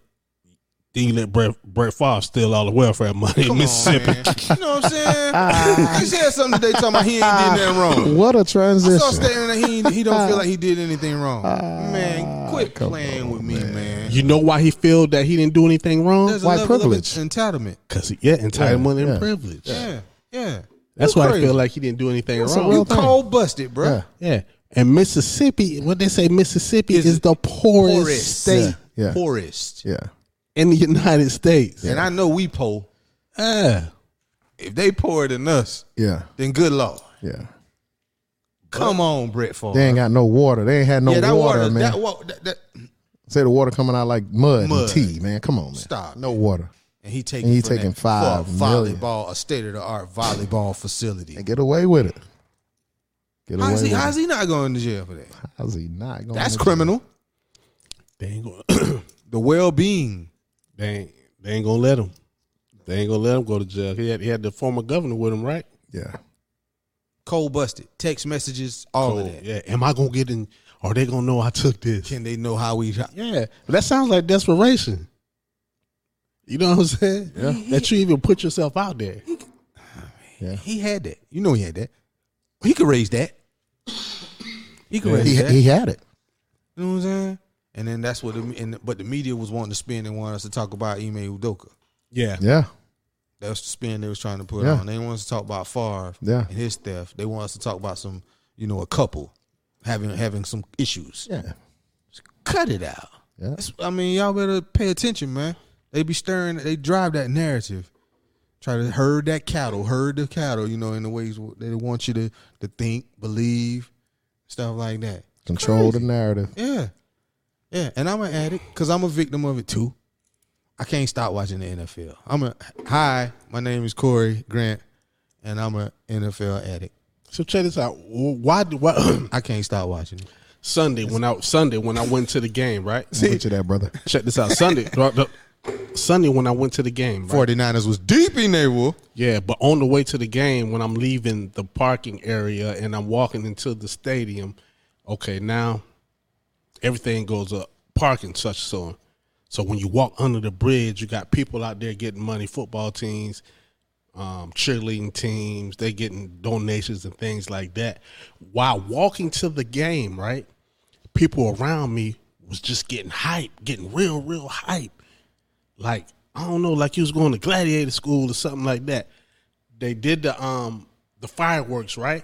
B: then you let Brett, Brett Favre steal all the welfare money in
A: Come on,
B: Mississippi.
A: man. You know what I'm
C: <laughs>
A: saying? he said something today talking about he ain't did nothing wrong.
C: What a
A: I saw
C: transition. <laughs> Ah,
A: stating that he he don't feel like he did anything wrong. Man, Quit playing with me, man.
B: <laughs> You know why he feel that he didn't do anything wrong?
A: There's a
C: White
A: level
C: privilege.
A: of en- entitlement.
B: Because yeah, entitlement and
C: yeah.
B: privilege.
A: Yeah, yeah.
B: That's
A: You
B: why I
A: crazy.
B: feel like he didn't do anything
C: That's a
B: wrong.
C: real
A: you cold busted, bro.
C: Yeah.
B: yeah. And Mississippi, what they say, Mississippi is,
A: Is
B: the poorest,
A: Poorest
B: state
C: Yeah. Yeah.
A: poorest.
C: Yeah.
B: in the United States.
A: And I know we poor.
B: Yeah.
A: If they poorer than us,
C: Yeah.
A: then good lord.
C: Yeah.
A: Come on, Brett Favre.
C: They ain't got no water. They ain't had no
A: yeah, that
C: water,
A: water,
C: man.
A: that water, that, that,
C: Say the water coming out like mud,
A: Mud.
C: and tea, man. Come on, man.
A: Stop.
C: No water.
A: and he taking
C: And he
A: for
C: taking
A: that-
C: five
A: for a
C: million.
A: volleyball, a state of the art volleyball facility.
C: And get away with it. Get away
A: How's he?
C: with
A: How's he not going to jail for that?
C: it. How's he not going?
A: That's
C: to jail?
A: criminal.
B: They ain't gonna <coughs>
A: The well being.
B: they ain't, they ain't gonna let him. They ain't gonna let him go to jail. He had he had the former governor with him, right?
C: Yeah.
A: cold busted, text messages, all
B: Oh,
A: of that.
B: yeah. Am I gonna get in are they gonna know I took this?
A: Can they know how we?
B: Yeah. But that sounds like desperation. You know what I'm saying? Yeah. <laughs> That you even put yourself out there.
A: He had that. You know he had that. He could raise that. He could raise
C: He,
A: that.
C: he had it.
A: you know what I'm saying? And then that's what. The, and but the media was wanting to spin and wanted us to talk about Ime Udoka.
B: Yeah.
C: Yeah.
A: That's the spin they was trying to put
C: Yeah.
A: on. They didn't want us to talk about Favre
C: Yeah.
A: and his theft. They want us to talk about some, you know, a couple having having some issues.
C: Yeah.
A: Cut it out.
C: Yeah.
A: That's, I mean, y'all better pay attention, man. They be stirring. They drive that narrative. Try to herd that cattle, herd the cattle. You know, in the ways w- they want you to to think, believe, stuff like that.
C: Control
A: <laughs>
C: the narrative.
A: Yeah, yeah. And I'm an addict because I'm a victim of it too. I can't stop watching the NFL. I'm a hi. My name is Corey Grant, and I'm an NFL addict.
B: So check this out. Why do why <coughs>
A: I can't stop watching it.
B: Sunday when I Sunday when I went to the game, right?
C: See, you that, brother.
B: Check this out. Sunday, <laughs> throughout the- Sunday when I went to the game, right?
A: 49ers was deep in there, Wolf.
B: yeah. But on the way to the game, when I'm leaving the parking area and I'm walking into the stadium, okay, now everything goes up, parking such so. So when you walk under the bridge, you got people out there getting money, football teams, um, cheerleading teams, they getting donations and things like that. While walking to the game, right? people around me was just getting hype, getting real, real hype. Like, I don't know, like you was going to gladiator school or something like that. They did the um the fireworks, right?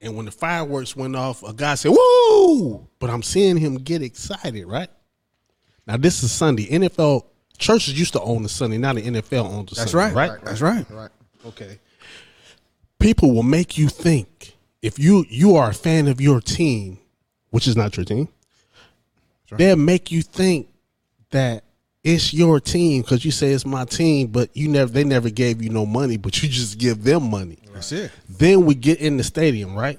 B: And when the fireworks went off, a guy said, Woo! But I'm seeing him get excited, right? Now this is Sunday. NFL churches used to own the Sunday, now the NFL owns the Sunday. right?
A: That's right.
C: Right.
B: Okay. People will make you think if you you are a fan of your team, which is not your team. They'll make you think that it's your team because you say it's my team, but you never they never gave you no money, but you just give them money.
A: That's it.
B: Then we get in the stadium, right?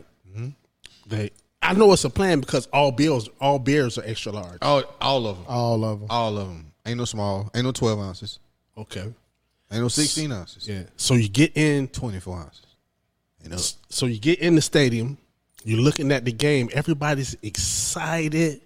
B: They I know it's a plan because all bills all beers are extra large.
A: All, all of them.
C: All of them.
A: All of them. Ain't no small. Ain't no 12 ounces.
B: Okay.
A: Ain't no 16 ounces.
B: Yeah. So you get in
A: 24 ounces. Ain't no.
B: So you get in the stadium, you're looking at the game, everybody's excited.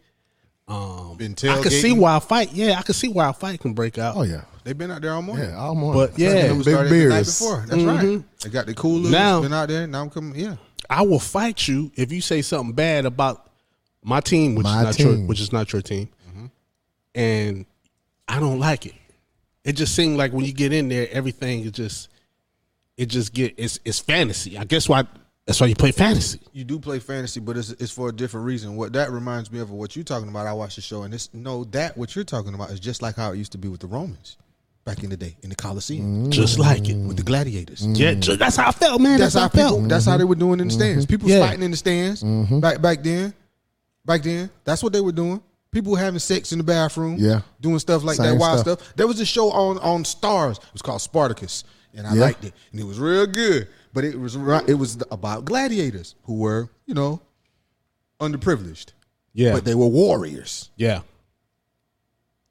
A: Been
B: I can see
A: tailgating.
B: why a fight. Yeah, I can see why a fight can break out.
C: Oh yeah.
A: They've been out there all morning.
C: Yeah. All morning.
B: But, yeah,
A: It
B: Big
A: was started the night before. That's
B: Mhm.
A: right. They got the coolers.
B: Now-
A: been out there. Mm-hmm. Now I'm coming. Yeah.
B: I will fight you if you say something bad about my team, which
C: My
B: is not your
C: team.
B: which is not your team, and I don't like it. It just seemed like when you get in there, everything is just it just get it's it's fantasy. I guess why that's why you play fantasy.
A: You do play fantasy, but it's, it's for a different reason. What that reminds me of what you're talking about. I watched the show, and it's no that what you're talking about is just like how it used to be with the Romans back in the day in the Colosseum
B: Just like it.
A: with the gladiators.
B: Yeah, ju- that's how I felt, man. That's,
A: Mm. That's,
B: how I
A: how
B: felt.
A: people. That's how they
C: Mm-hmm.
A: were doing in the stands. People was
B: Yeah.
A: fighting in the stands back back then. Back then, that's what they were doing. People were having sex in the bathroom.
C: Yeah.
A: doing stuff like that
C: Same
A: wild
C: stuff.
A: stuff. There was a show on on Stars. It was called Spartacus, and I
C: Yeah.
A: liked it, and it was real good. But it was ri- it was about gladiators who were you know underprivileged,
B: Yeah,
A: but they were warriors.
B: yeah.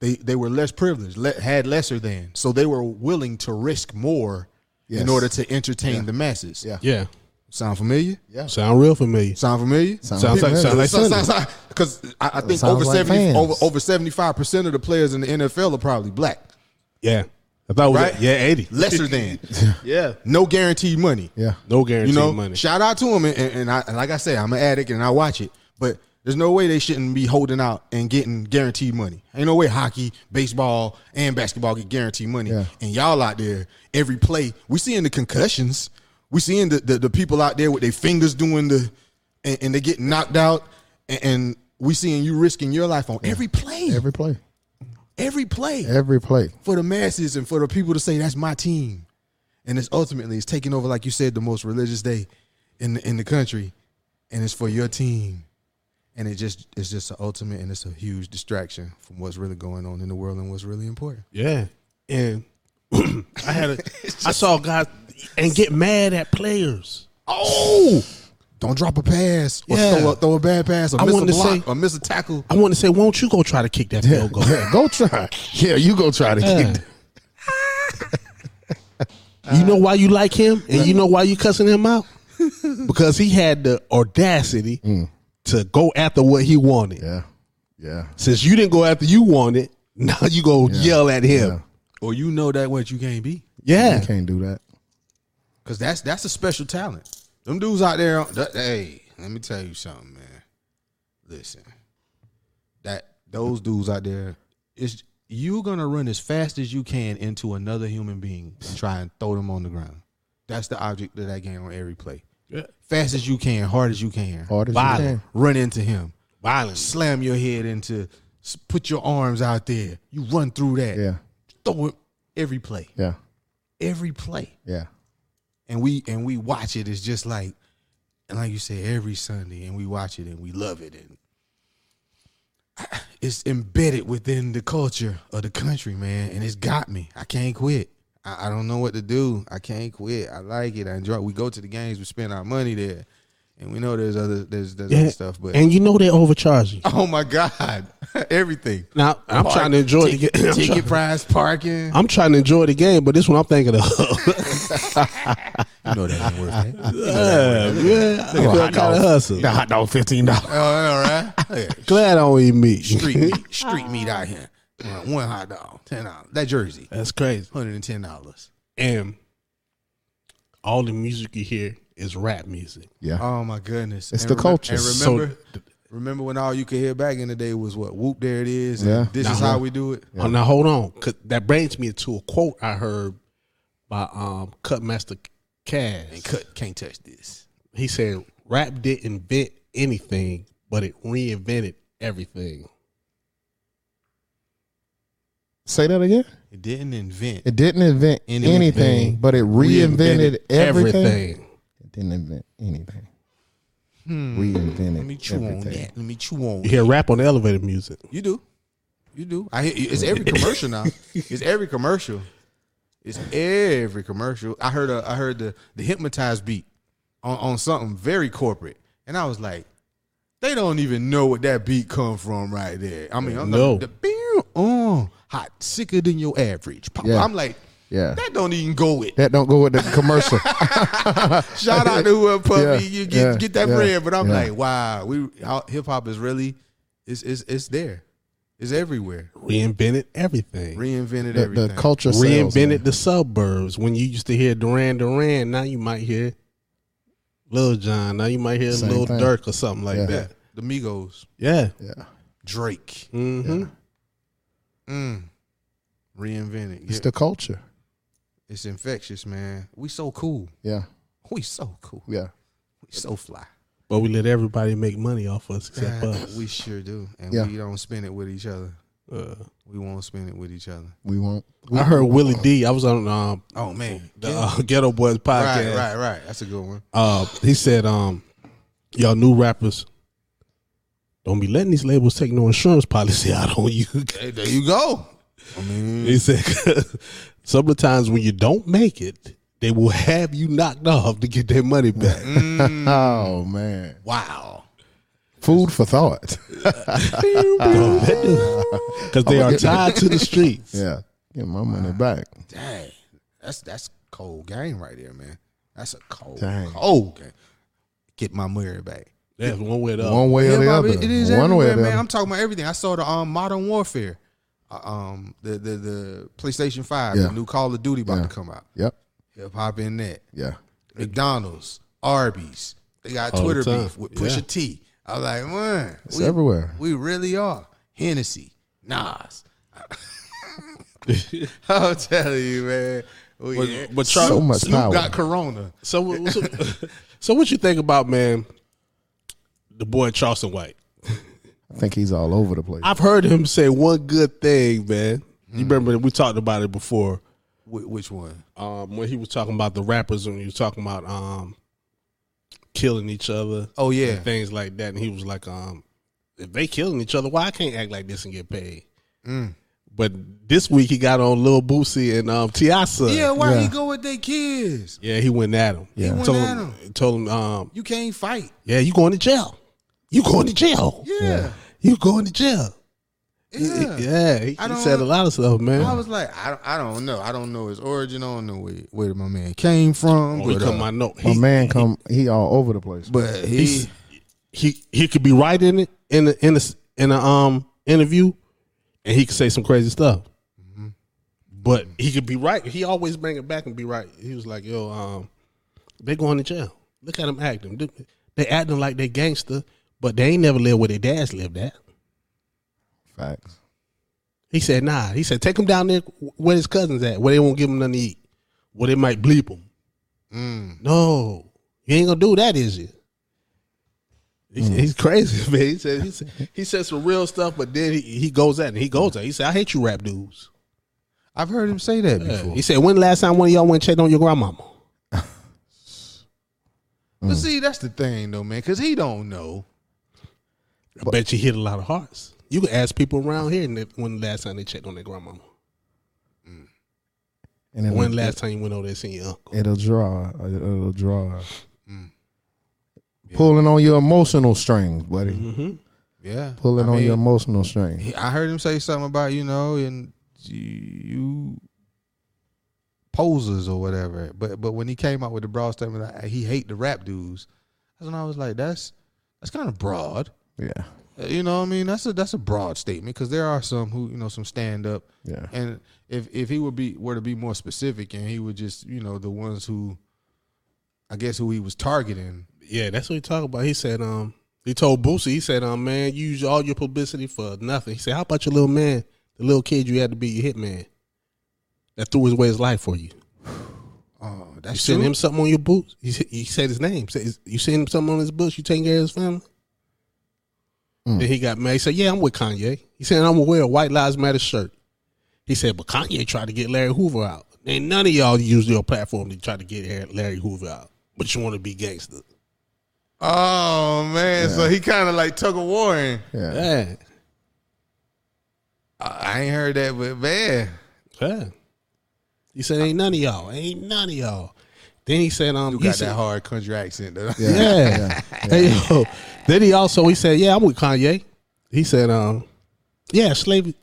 A: They they were less privileged, le- had lesser than, so they were willing to risk more
C: Yes.
A: in order to entertain the masses.
C: Yeah.
B: Yeah.
A: sound familiar?
B: Sound real familiar.
A: Sound familiar?
B: Sounds like- sound like-
A: Because I, I think
C: sounds
A: over
C: like
A: seventy
C: fans.
A: over over seventy five percent of the players in the NFL are probably black,
B: Yeah. I thought it was
A: right?
B: yeah, 80.
A: lesser than,
B: <laughs> Yeah.
A: no guaranteed money.
C: yeah.
B: No guarantee
A: you know,
B: money.
A: shout out to him, and, and I, and like I say, I'm an addict and I watch it, but There's no way they shouldn't be holding out and getting guaranteed money. Ain't no way hockey, baseball, and basketball get guaranteed money.
C: Yeah.
A: And y'all out there, every play, we seeing the concussions. We seeing the, the, the people out there with their fingers doing the, and, and they get knocked out. And, and we seeing you risking your life on every play, every,
C: Every play.
A: play
C: Every play.
A: for the masses and for the people to say that's my team. And it's ultimately it's taking over, like you said, the most religious day in the, in the country, and it's for your team. And it just it's just an ultimate and it's a huge distraction from what's really going on in the world and what's really important.
B: Yeah. And <clears throat> I
C: <laughs>
B: had a I saw guys and get mad at players.
A: Oh, don't drop a pass or
B: Yeah.
A: throw, a, throw a bad pass or
B: I
A: miss a
B: wanted to
A: block
B: say-
A: or miss a tackle.
B: I want to say, won't you go try to kick that field goal?
C: <laughs> Yeah, go try. Yeah, you go try to
B: Yeah.
C: get it.
B: You know why you like him, and you know why you cussing him
C: <laughs>
B: out because he had the audacity to go after what he wanted.
C: Mm. Yeah. Yeah.
B: Since you didn't go after you wanted, <laughs> now you go yell at him.
A: Or you know that what you can't be
B: Yeah,
C: You can't do that.
A: because that's that's a special talent. Them dudes out there, that- hey, let me tell you something, man. Listen, that those dudes out there is you're gonna run as fast as you can into another human being and try and throw them on the ground. That's the object of that game on every play.
B: Yeah.
A: Fast as you can, hard as you can,
C: Hard as you
B: Violent.
C: can.
A: run into him.
B: violence.
A: slam your head into, s- put your arms out there. You run through that.
C: Yeah.
A: Throw it every play,
C: Yeah.
A: every play.
C: Yeah.
A: And we and we watch it. It's just like, and like you say, every Sunday, and we watch it and we love it, and it's embedded within the culture of the country, man. And it's got me. I can't quit. I, I don't know what to do. I can't quit. I like it. I enjoy. it. We go to the games. We spend our money there, and we know there's other there's, there's
B: Yeah.
A: other stuff, but. <laughs>
B: And you know they overcharge you.
A: Oh my God! <laughs> Everything.
B: Now I'm trying to enjoy
A: ticket,
B: the game. <laughs> I'm,
A: ticket
B: try-
A: price, parking.
B: I'm trying to enjoy the game, but this one I'm thinking of. <laughs>
A: You know that ain't
B: <laughs>
A: worth it.
B: yeah, yeah. I feel kind of hustle.
C: hot dog fifteen dollars.
A: Oh, all right. Yeah.
B: Glad I don't eat meat.
C: <laughs>
A: Street meat, street meat out here. Uh, One hot dog, ten dollars. That jersey,
B: <laughs> That's crazy.
A: hundred and ten dollars.
B: And all the music you hear is rap music.
C: Yeah.
A: Oh my goodness!
C: It's the
A: remem-
C: culture.
A: And
B: So-
A: remember, remember when all you could hear back in the day was what? Whoop! There it is. and
C: Yeah.
A: This is
B: Nah.
A: how we do it.
B: Oh, now hold on, 'cause that brings me to a quote I heard by um, Cutmaster Cass.
A: And cut. Can't touch this.
B: He said, "Rap didn't invent anything, but it reinvented everything."
C: Say that again.
A: It didn't invent.
C: It didn't invent
A: Anything.
C: anything, but it reinvented, everything. It didn't invent anything. Reinvented.
A: Hmm. Let me chew on
C: everything.
A: that. Let me chew on.
B: You hear rap on the elevator music.
A: You do. You do. I hear it's
C: <laughs>
A: every commercial now. It's every commercial. It's every commercial. I heard a, I heard the the hypnotized beat on, on something very corporate. And I was like, they don't even know what that beat come from right there. I mean, I'm
B: No.
A: like the beer on hot, sicker than your average. Pop-
C: Yeah.
A: I'm like,
C: Yeah.
A: that don't even go with.
C: <laughs> That don't go with the
A: <laughs>
C: commercial.
A: Shout out to whoever put
C: Yeah,
A: me, you get
C: yeah,
A: get that
C: yeah,
A: bread. But I'm
C: yeah.
A: like, wow, we hip hop is really it's it's it's there. It's everywhere.
B: Reinvented everything.
A: reinvented
C: the,
A: everything.
C: the culture. sells,
B: reinvented
C: man.
B: the suburbs. When you used to hear Duran Duran, now you might hear Lil John. Now you might hear
C: Same
B: Lil
C: thing.
B: Durk or something like
C: Yeah.
A: yeah,
B: that.
A: the Migos,
B: Yeah.
C: Yeah.
A: Drake,
B: Mm-hmm.
A: mm. reinvented. Yeah,
C: It's
A: It's,
C: the culture.
A: infectious, man. We so cool. <laughs>
C: Yeah.
A: We so cool. We
C: Yeah.
A: so fly.
B: But we let everybody make money off us except
A: God,
B: us.
A: we sure do, and
C: Yeah.
A: we don't spend it with each other.
B: Uh,
A: We won't spend it with each other.
C: We won't.
B: I heard Willie D. I was on um,
A: Oh man,
B: the uh, Ghetto Boys
A: right,
B: podcast.
A: right, right. That's a good one.
B: Uh, he said, um, "Y'all new rappers, don't be letting these labels take no insurance policy <laughs> out on you."
A: Hey, there you go. I mean,
B: He said, <laughs> "Sometimes when you don't make it, they will have you knocked off to get their money back."
C: Oh man.
A: wow.
C: Food for thought. <laughs>
B: <laughs> because they are tied to the streets.
C: <laughs> Yeah. Get my money back.
A: Dang, that's that's cold game right there, man. That's a cold,
C: Dang.
A: cold game. Get my money back.
B: That's one way or the
C: One
B: other.
C: way or
A: Yeah,
C: the
A: Bobby,
C: other.
A: It is
C: One way
A: everywhere,
C: or the
A: man.
C: other.
A: I'm talking about everything. I saw the um, Modern Warfare, uh, um, the the the PlayStation Five,
C: Yeah.
A: the new Call of Duty about
C: Yeah.
A: to come out.
C: Yep.
A: Hip hop in that.
C: Yeah.
A: McDonald's, Arby's. They got
B: All the
A: Twitter
B: time.
A: beef with Pusha
B: Yeah.
A: T. I was like, man,
C: It's everywhere.
A: we really are. Hennessy,
C: <laughs>
A: Nas. <laughs> I'll tell you, man. We,
B: But, but Charlie,
C: So much
A: Snoop
C: power.
A: got Corona.
B: So, what- so, <laughs> so what you think about man, the boy Charleston White?
C: I think he's all over the place.
B: I've heard him say one good thing, man. You remember that we talked about it before
A: Wh- which one?
B: um, when he was talking about the rappers and he was talking about um, killing each other,
A: Oh yeah,
B: and things like that. And he was like, um, "If they killing each other, why I can't act like this and get paid?"
A: Mm.
B: But this week he got on Lil Boosie and um, Tiasa.
A: yeah. Why he
C: Yeah.
A: go with they kids?
B: yeah, he went at him.
C: Yeah.
A: went
B: told
A: at
B: him, told him, um,
A: You can't fight.
B: "Yeah, you going to jail? You going to jail?
A: Yeah,
B: You going to jail?"
A: yeah.
B: Yeah, he,
A: I
B: he
A: don't-
B: said a lot of stuff, man.
A: I was like, I, I don't know. I don't know his origin. I don't know where, where my man came from.
B: oh, he
A: but,
B: come
A: uh,
B: my note.
C: My
B: He,
A: <laughs>
C: man, come he all over the place.
A: but he,
B: he's- he he could be right in it in a, in a, in a um interview, and he could say some crazy stuff. But he could be right. He always bring it back and be right. He was like, "Yo, um, they going to jail. Look at them acting. They- They acting like they gangster, but they ain't never lived where their dads lived at."
C: Facts.
B: He said, "Nah." He said, "Take them down there where his cousins at, where they won't give him nothing to eat, where they might bleep him." No, you ain't gonna do that, is you? He's, he's crazy, <laughs> man. He said, he said he said some real stuff, but then he, he goes at it. He goes at it. He said, "I hate you, rap dudes."
A: I've heard him say that before.
B: He said, "When the last time one of y'all went and checked on your grandmama?"
A: But see, that's the thing though, man, because he don't know.
B: I bet you hit a lot of hearts. You can ask people around here and they- when the last time they checked on their grandmama.
C: And then
B: When the last time you went over there and seen your uncle?
C: It'll draw. It'll draw.
A: Mm.
C: Pulling on your emotional strings, buddy.
A: Yeah,
C: Pulling
A: Mm-hmm. I
C: on
A: mean,
C: your emotional strings.
A: he- I heard him say something about you know, and you posers or whatever. But but when he came out with the broad statement, like, he hate the rap dudes. That's when I was like, that's that's kind of broad.
C: Yeah.
A: Uh, You know what I mean? That's a that's a broad statement because there are some who you know some stand up.
C: Yeah.
A: And if if he would be were to be more specific, and he would just you know the ones who, I guess who he was targeting.
B: Yeah, that's what he talked about. He said, um, he told Boosie, he said, um, man, you use all your publicity for nothing. He said, how about your little man, the little kid you had to be your hitman that threw away his life for you?
A: <sighs> Oh,
B: You
A: that's
B: send
A: true.
B: him something on your boots. You, s- you said his name. Said his- You send him something on his boots. You taking care of his family.
A: Hmm.
B: Then he got mad. He said, "Yeah, I'm with Kanye." He said, "I'm gonna wear a White Lives Matter shirt." He said, "But Kanye tried to get Larry Hoover out. Ain't none of y'all use your platform to try to get Har- Larry Hoover out, but you want to be gangster."
A: Oh man, so he kind of like tug of war. I,
C: Yeah.
B: Yeah,
A: I ain't heard that, but man,
B: yeah. He said, "Ain't none of y'all. Ain't none of y'all." Then he said, "Um,
A: you
B: he
A: got
B: said-
A: that hard country accent. Though.
B: Yeah. <laughs> Hey, yo. Then he also he said, "Yeah, I'm with Kanye." He said, "Um, yeah, slavery,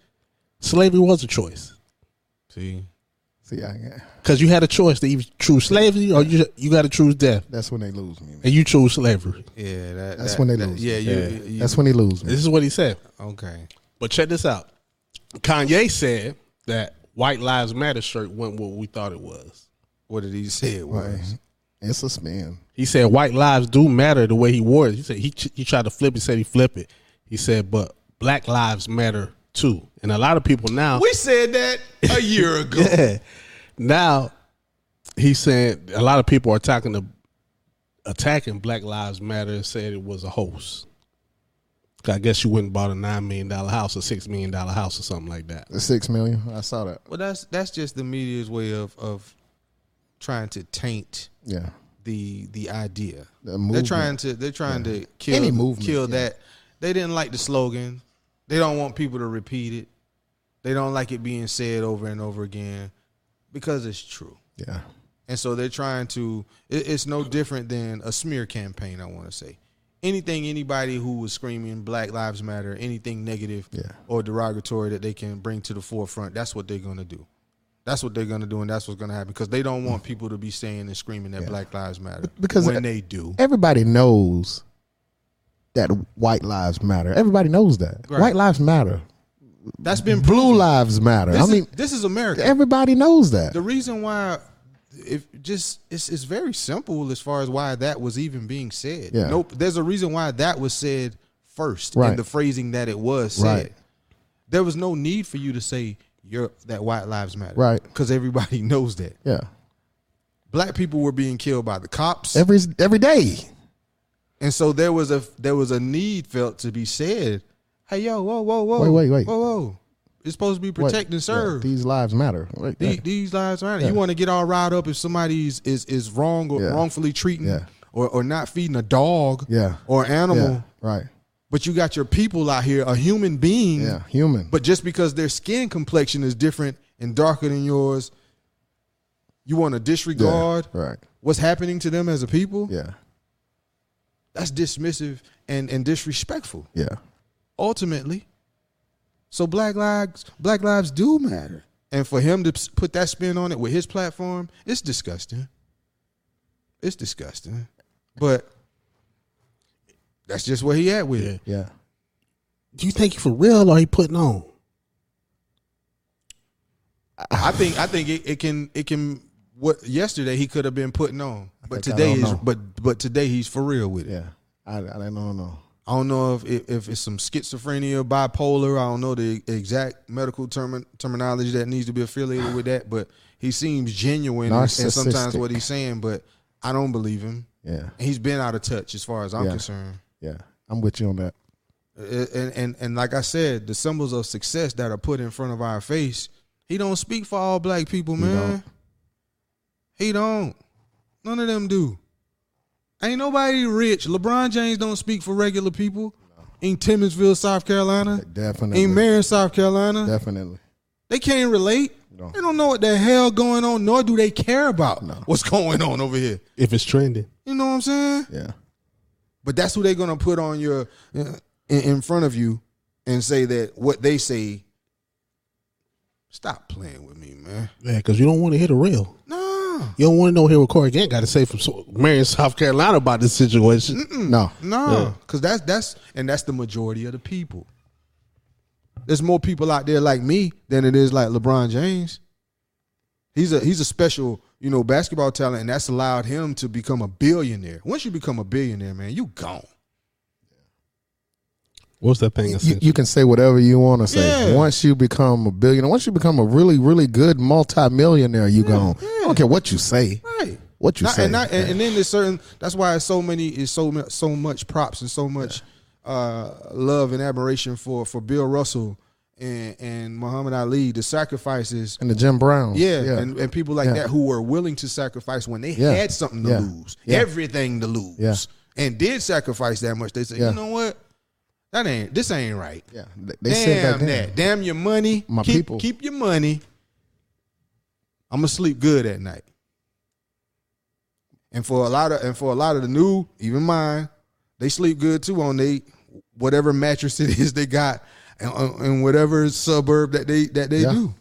B: slavery was a choice
A: <laughs> See,
C: See, I,
B: because you had a choice to either choose slavery or you you got to choose death,
C: that's when they lose me. Man.
B: and you chose slavery."
A: yeah, that,
C: That's
A: that-
C: when they
A: that-
C: lose.
A: Yeah, you,
B: Yeah.
A: you-
C: That's when he lose me.
B: This is what he said.
A: okay.
B: But check this out. Kanye said that White Lives Matter shirt wasn't what we thought it was.
A: What did he say? It was
C: <laughs> It's a spin.
B: He said white lives do matter the way he wore it. He said he he tried to flip it, said he flip it. He said, but black lives matter too. And a lot of people now
A: we said that a
C: <laughs>
A: year ago.
B: Yeah. <laughs> Now he said a lot of people are attacking the attacking Black Lives Matter and said it was a hoax. 'Cause I guess you wouldn't bought a nine million dollar house or six million dollar house or something like that.
C: The six million. I saw that.
A: Well, that's that's just the media's way of of trying to taint
C: Yeah.
A: the the idea.
C: The
A: they're
C: movement.
A: trying to they're trying to kill
C: Any movement,
A: kill
C: yeah.
A: that. They didn't like the slogan. They don't want people to repeat it. They don't like it being said over and over again because it's true.
C: Yeah.
A: And so they're trying to. It, it's no different than a smear campaign. I want to say anything anybody who was screaming Black Lives Matter, anything negative
C: Yeah.
A: or derogatory that they can bring to the forefront, that's what they're going to do. That's what they're going to do, and that's what's going to happen because they don't want people to be saying and screaming that Black Lives Matter
C: because
A: when
C: it-
A: they do.
C: Everybody knows that white lives matter. Everybody knows that.
A: Right.
C: White lives matter.
A: That's been
C: Blue lives matter.
A: This
C: I mean,
A: is, this is America.
C: everybody knows that.
A: the reason why if just it's it's very simple as far as why that was even being said.
C: Yeah.
A: Nope. There's a reason why that was said first
C: Right.
A: in the phrasing that it was said.
C: Right.
A: There was no need for you to say your that white lives matter.
C: Right.
A: Because everybody <laughs> knows that.
C: Yeah.
A: Black people were being killed by the cops.
C: Every every day.
A: and so there was a there was a need felt to be said. Hey yo, whoa, whoa, whoa.
C: Wait, wait, wait.
A: Whoa, whoa. It's supposed to be
C: What-
A: protect
C: yeah,
A: and serve.
C: these lives matter. Like
A: The-
C: that.
A: These lives matter. You want to get all riled up if somebody's is is wrong or
C: Yeah.
A: wrongfully treating
C: Yeah.
A: or, or not feeding a dog
C: Yeah.
A: or animal.
C: Yeah. Right.
A: But you got your people out here, a human being.
C: Yeah. Human.
A: Mm. But just because their skin complexion is different and darker than yours, you want to
C: Yeah,
A: disregard
C: Right.
A: what's happening to them as a people?
C: Yeah.
A: That's dismissive and, and disrespectful.
C: Yeah.
A: ultimately. So black lives, black lives do matter. And for him to s- put that spin on it with his platform, it's disgusting. It's disgusting. But that's just where he at with it.
C: Yeah.
B: Do you think he for real or he putting on?
A: I think I think it, it can it can what yesterday he could have been putting on. But
C: think I
A: today
C: don't
A: is
C: know.
A: but but today he's for real with it.
C: Yeah. I, I don't know.
A: I don't know if, if if it's some schizophrenia, bipolar. I don't know the exact medical term, terminology that needs to be affiliated with that, but he seems genuine and sometimes
C: Narcissistic.
A: what he's saying, but I don't believe him.
C: Yeah.
A: And he's been out of touch as far as I'm
C: Yeah.
A: concerned.
C: Yeah. I'm with you on that.
A: Uh, And, and and like I said, the symbols of success that are put in front of our face, he don't speak for all black people, man. He don't. None of them do. Ain't nobody rich. LeBron James don't speak for regular people. In Timminsville, South Carolina.
C: Definitely.
A: In Marion, South Carolina.
C: Definitely.
A: They can't relate.
C: No.
A: They don't know what the hell going on, nor do they care about what's <laughs> going on over here.
B: If it's trending.
A: You know what I'm saying?
C: Yeah.
A: But that's who they're gonna put on your in, in front of you and say that what they say. Stop playing with me, man.
B: Yeah, because you don't want to hear the real.
A: No,
B: You don't want to know here what Corey Gant got to say from so- Marion, South Carolina about this situation.
C: No.
A: no, because that's that's and that's the majority of the people. There's more people out there like me than it is like LeBron James. He's a he's a special, you know, basketball talent, and that's allowed him to become a billionaire. Once you become a billionaire, man, you gone.
B: What's that thing? I
C: You,
B: said?
C: you can say whatever you want to say.
A: Yeah.
C: Once you become a billionaire, once you become a really, really good multimillionaire, you gone. I
A: yeah.
C: don't care what you say.
A: Right.
C: What you
A: Not-
C: say.
A: And, not, and, and then there's certain. That's why it's so many. Is so mu- so much props and so much uh, love and admiration for for Bill Russell and and Muhammad Ali. The sacrifices.
C: and the Jim Brown.
A: Yeah, And, and people like
C: Yeah.
A: that who were willing to sacrifice when they
C: Yeah.
A: had something to
C: Yeah.
A: lose,
C: Yeah.
A: everything to lose,
C: Yeah.
A: and did sacrifice that much. They said,
C: Yeah.
A: you know what, that ain't this ain't right.
C: yeah. They, they said
A: Damn
C: back then.
A: that, damn your money,
C: My
A: keep,
C: people.
A: keep your money. I'm gonna sleep good at night. And for a lot of and for a lot of the new, even mine, they sleep good too on they whatever mattress it <laughs> is they got and, and whatever suburb that they that they
C: Yeah.
A: do.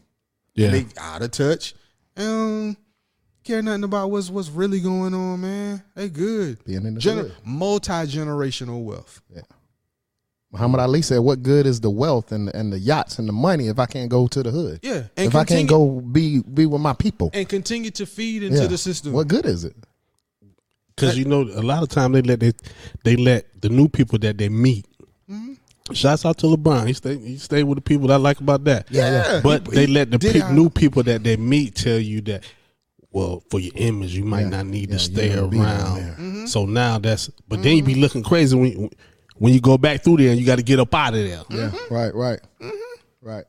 B: yeah.
A: They out of touch. Um, care nothing about what's what's really going on, man. They good.
C: Being in the
A: Gener-
C: hood.
A: Multi generational wealth.
C: Muhammad Ali said, "What good is the wealth and and the yachts and the money if I can't go to the hood?
A: Yeah, and
C: if I can't go be be with my people
A: and continue to feed into
C: Yeah.
A: the system.
C: what good is it?
B: Because you know, a lot of time they let they, they let the new people that they meet. Shouts out to LeBron. He stay he stay with the people that I like about that.
A: yeah. Yeah.
B: But
A: He-
B: they
A: he
B: let the
A: did
B: pe-
A: have-
B: new people that they meet tell you that. Well, for your image, you might not need to Mm-hmm. stay
C: don't
B: around.
C: be down there.
B: So now that's. But then you be looking crazy when you, when you go back through there and you got to get up out of there.
C: Yeah,
A: Mm-hmm.
C: right, right, right.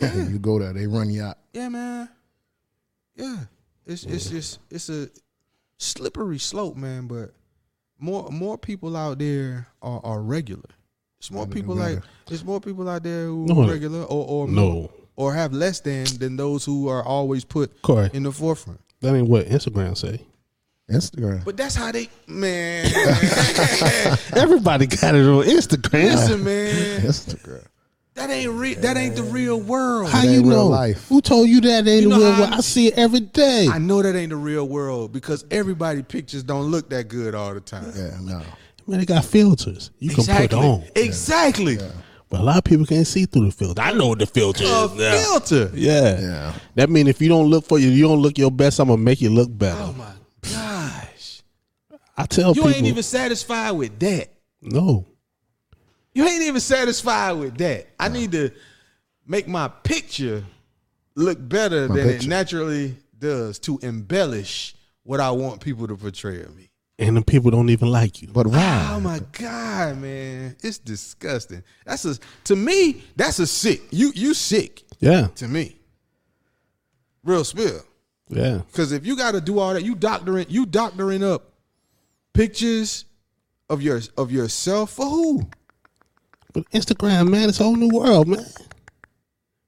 C: you go there, they run you out.
A: Yeah, man. Yeah, it's it's just it's a slippery slope, man. But more more people out there are, are regular. It's more people like it's more people out there who
B: No.
A: are regular or or
B: No,
A: or have less than than those who are always put
B: Corey,
A: in the forefront.
B: that ain't what Instagram say.
C: Instagram.
A: But that's how they
B: <laughs>
A: man.
B: Everybody got it on Instagram.
A: Listen, man,
C: Instagram.
A: that ain't re- that ain't the real world.
B: How
C: It
B: you
C: ain't real
B: know?
C: life.
B: Who told you that ain't
A: You know
B: the real
A: how
B: world?
A: I-
B: I see it every day.
A: I know that ain't the real world because everybody pictures don't look that good all the time.
C: Yeah, no.
B: Man, they got filters you can put on.
A: Exactly.
B: But a lot of people can't see through the filter. I know what the filter
A: A
B: is. now.
A: Oh, filter.
B: Yeah.
C: Yeah.
B: That mean if you don't look for you, you don't look your best, I'm gonna make you look better.
A: Oh my gosh.
B: I tell
A: You
B: people
A: ain't even satisfied with that.
B: No.
A: You ain't even satisfied with that. I need to make my picture look better than it
C: picture.
A: naturally does to embellish what I want people to portray of me.
B: And the people don't even like you.
C: But why?
A: Oh my god, man, it's disgusting. That's a to me. That's a sick. You you sick
B: Yeah.
A: to me. Real spill.
B: Yeah.
A: Because if you got to do all that, you doctoring you doctoring up pictures of your of yourself for who?
B: But Instagram, man, it's a whole new world, man.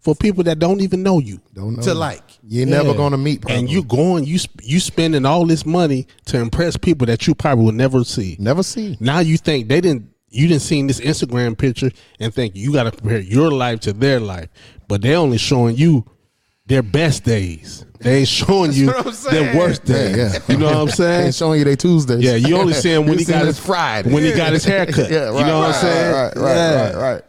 B: For people that don't even know you.
C: Don't know.
A: To like.
C: You're
B: Yeah.
C: never gonna meet.
B: And
C: probably.
B: you going, you sp- you spending all this money to impress people that you probably will never see.
C: never see.
B: Now you think they didn't you didn't seen this Instagram picture and think you gotta compare your life to their life. But they only showing you their best days. They ain't showing you
A: what I'm saying.
B: their worst
C: Yeah,
B: days.
C: yeah.
B: You know
C: <laughs>
B: what I'm
C: They
B: saying?
C: ain't showing you they Tuesdays.
B: Yeah, you only seeing when
C: <laughs> You
B: he
C: seen
B: got
C: this
B: his
C: Friday.
B: When he got his haircut.
C: <laughs> Yeah, right,
B: you know what
C: right,
B: I'm saying?
C: Right, right,
B: Yeah.
C: right, right, right.